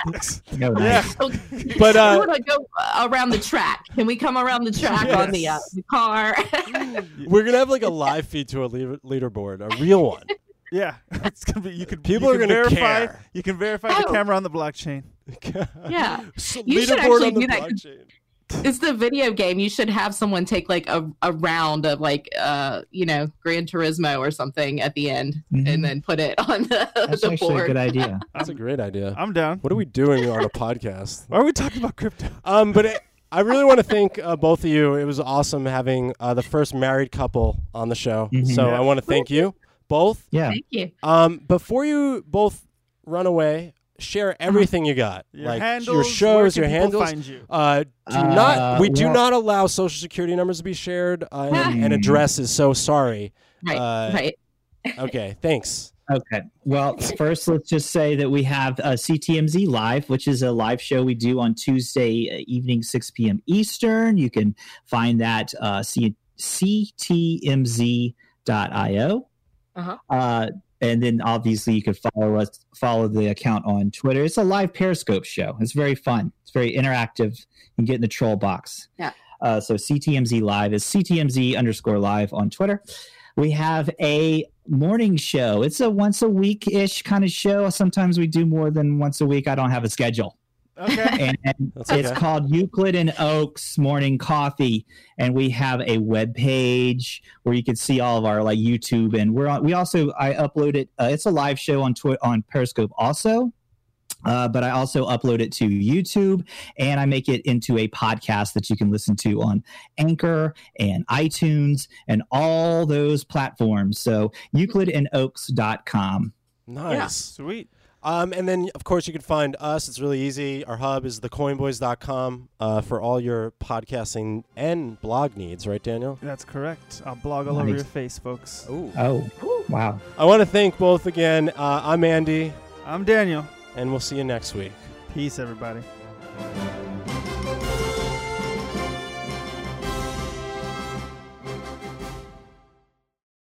D: No, nice.
B: Yeah.
C: [LAUGHS]
A: But, uh,
C: we want to go uh, around the track. Can we come around the track on the, uh,
B: Yes.
C: the car? [LAUGHS]
A: we're gonna have like a live feed to a leader- leaderboard, a real [LAUGHS] one.
B: [LAUGHS] Yeah, [LAUGHS] it's gonna be. You can.
A: People
B: you
A: are
B: can
A: gonna
B: verify,
A: care.
B: You can verify the
C: Oh.
B: camera on the blockchain.
A: [LAUGHS]
C: yeah,
A: So
C: You should
A: leaderboard
C: actually
A: on the
C: do that.
A: blockchain.
C: it's the video game. You should have someone take like a, a round of like uh you know Gran Turismo or something at the end,
D: Mhm.
C: and then put it on the,
D: That's
C: the
D: actually a good
C: board.
D: idea.
A: That's a great idea.
B: I'm down.
A: What are we doing on a podcast?
B: Why are we talking about crypto?
A: [LAUGHS] Um, but it, I really want to thank uh, both of you. It was awesome having uh, the first married couple on the show.
D: Mhm.
A: So
B: Yeah.
A: I want to thank you both.
D: Yeah.
C: Thank you.
A: Um, before you both run away, share everything you got,
B: Your
A: like
B: handles.
A: your
B: where
A: shows,
B: can
A: your
B: people
A: handles.
B: Find you.
A: Uh, do
D: Uh,
A: not. We do
D: well-
A: not allow social security numbers to be shared uh, and,
D: Hmm.
A: and addresses. So sorry. [LAUGHS]
C: Right,
A: Uh,
C: right.
A: Okay. Thanks.
D: Okay. Well, first, let's just say that we have uh, CTMZ Live, which is a live show we do on Tuesday uh, evening, 6 p.m. Eastern. You can find that uh, C- ctmz.io.
C: Uh-huh.
D: Uh, and then obviously you can follow us, follow the account on Twitter. It's a live Periscope show. It's very fun. It's very interactive. You can get in the troll box.
C: Yeah.
D: Uh, so CTMZ Live is CTMZ underscore live on Twitter we have a morning show. It's a once a week ish kind of show. Sometimes we do more than once a week. I don't have a schedule.
B: Okay.
D: And
A: That's
D: it's
A: okay.
D: called Euclid and Oaks Morning Coffee. And we have a web page where you can see all of our like YouTube. And we're on, we also, I upload it. Uh, it's a live show on Twitter, on Periscope also. Uh, but I also upload it to YouTube and I make it into a podcast that you can listen to on Anchor and iTunes and all those platforms. So euclidandoaks.com.
A: Nice.
B: Sweet.
A: Um, and then, of course, you can find us. It's really easy. Our hub is thecoinboys.com uh, for all your podcasting and blog needs, right, Daniel?
B: That's correct. I'll blog all over
D: Nice.
B: your face, folks.
A: Ooh.
D: Oh, wow.
A: I want to thank both again. Uh, I'm Andy,
B: I'm Daniel.
A: and we'll see you next week.
B: Peace, everybody.